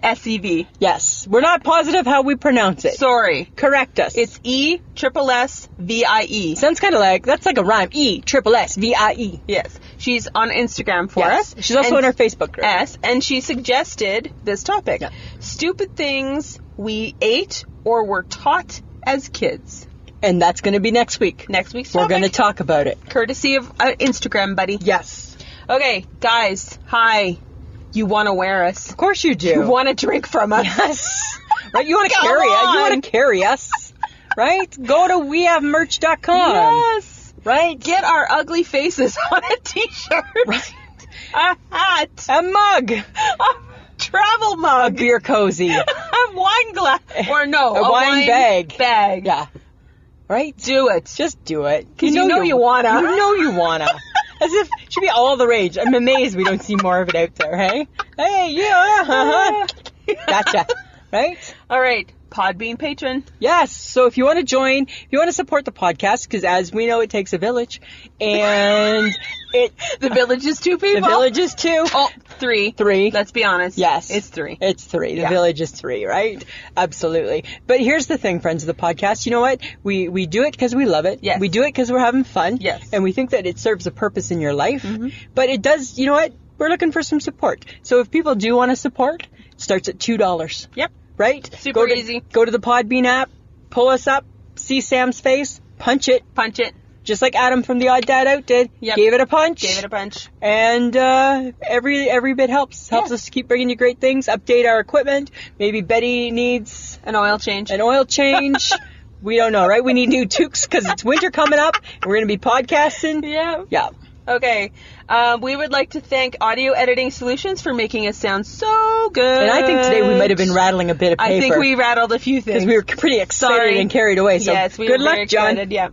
SEV. Yes, we're not positive how we pronounce it. Sorry. correct us. It's E triple S V I E. Sounds kind of like that's like a rhyme. E triple S V I E. Yes. She's on Instagram for Yes. us. She's also and in our Facebook group. Yes, and she suggested this topic. Yeah. Stupid things we ate or were taught as kids. and that's going to be next week. Next week's we're topic, going to talk about it. courtesy of uh, Instagram, buddy. Yes, Okay, guys, hi. You want to wear us. of course you do. You want to drink from us. Yes. right? You want to Come carry us. You on. want to carry us. Right? Go to wehavemerch.com. Yes. Right? Get our ugly faces on a t-shirt. Right. A hat. a mug. A travel A mug. beer cozy. A wine glass. Or no, A a, wine bag. Bag. Yeah. Right? Do it. Just do it. 'Cause you know you wanna. You know you wanna. As if it should be all the rage. I'm amazed we don't see more of it out there, hey? Hey, yeah, uh-huh. Gotcha. Right? All right, Podbean patron. Yes. So if you want to join, if you want to support the podcast, because as we know, it takes a village, and it The village is two people. the village is two. Oh, three. Three. Let's be honest. Yes. It's three. It's three. The Yeah. village is three, right? Absolutely. But here's the thing, friends of the podcast. You know what? We we do it because we love it. Yes. We do it because we're having fun. Yes. Mm-hmm. And we think that it serves a purpose in your life. But it does. You know what? We're looking for some support. So if people do want to support, it starts at two dollars. Yep. Right. Super go to, easy. Go to the Podbean app. Pull us up. See Sam's face. Punch it, Punch it. just like Adam from the Odd Dad Out did. Yep. Gave it a punch Gave it a punch. and uh, every every bit helps helps Yeah. us keep bringing you great things update our equipment maybe betty needs An oil change. an oil change we don't know right we need new toques because it's winter coming up and we're gonna be podcasting yeah. yeah Okay. Um, we would like to thank Audio Editing Solutions for making us sound so good. and i think today we might have been rattling a bit of paper I think we rattled a few things. because we were pretty excited Sorry. and carried away so yes, we good were luck very john excited, Yeah.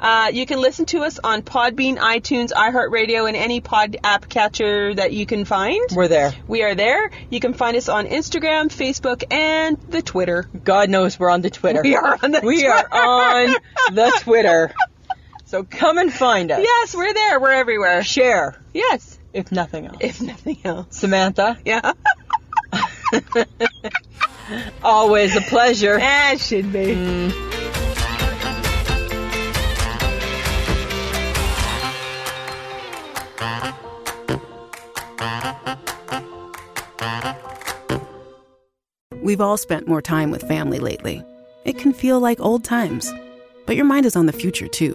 Uh, you can listen to us on Podbean, iTunes, iHeartRadio, and any pod app catcher that you can find. we're there We are there. You can find us on Instagram, Facebook, and the Twitter. god knows we're on the twitter We are on the we are on the twitter so come and find us Yes, we're there. We're everywhere. share Yes, if nothing else if nothing else. samantha Yeah. always a pleasure That should be. We've all spent more time with family lately. It can feel like old times. But your mind is on the future too,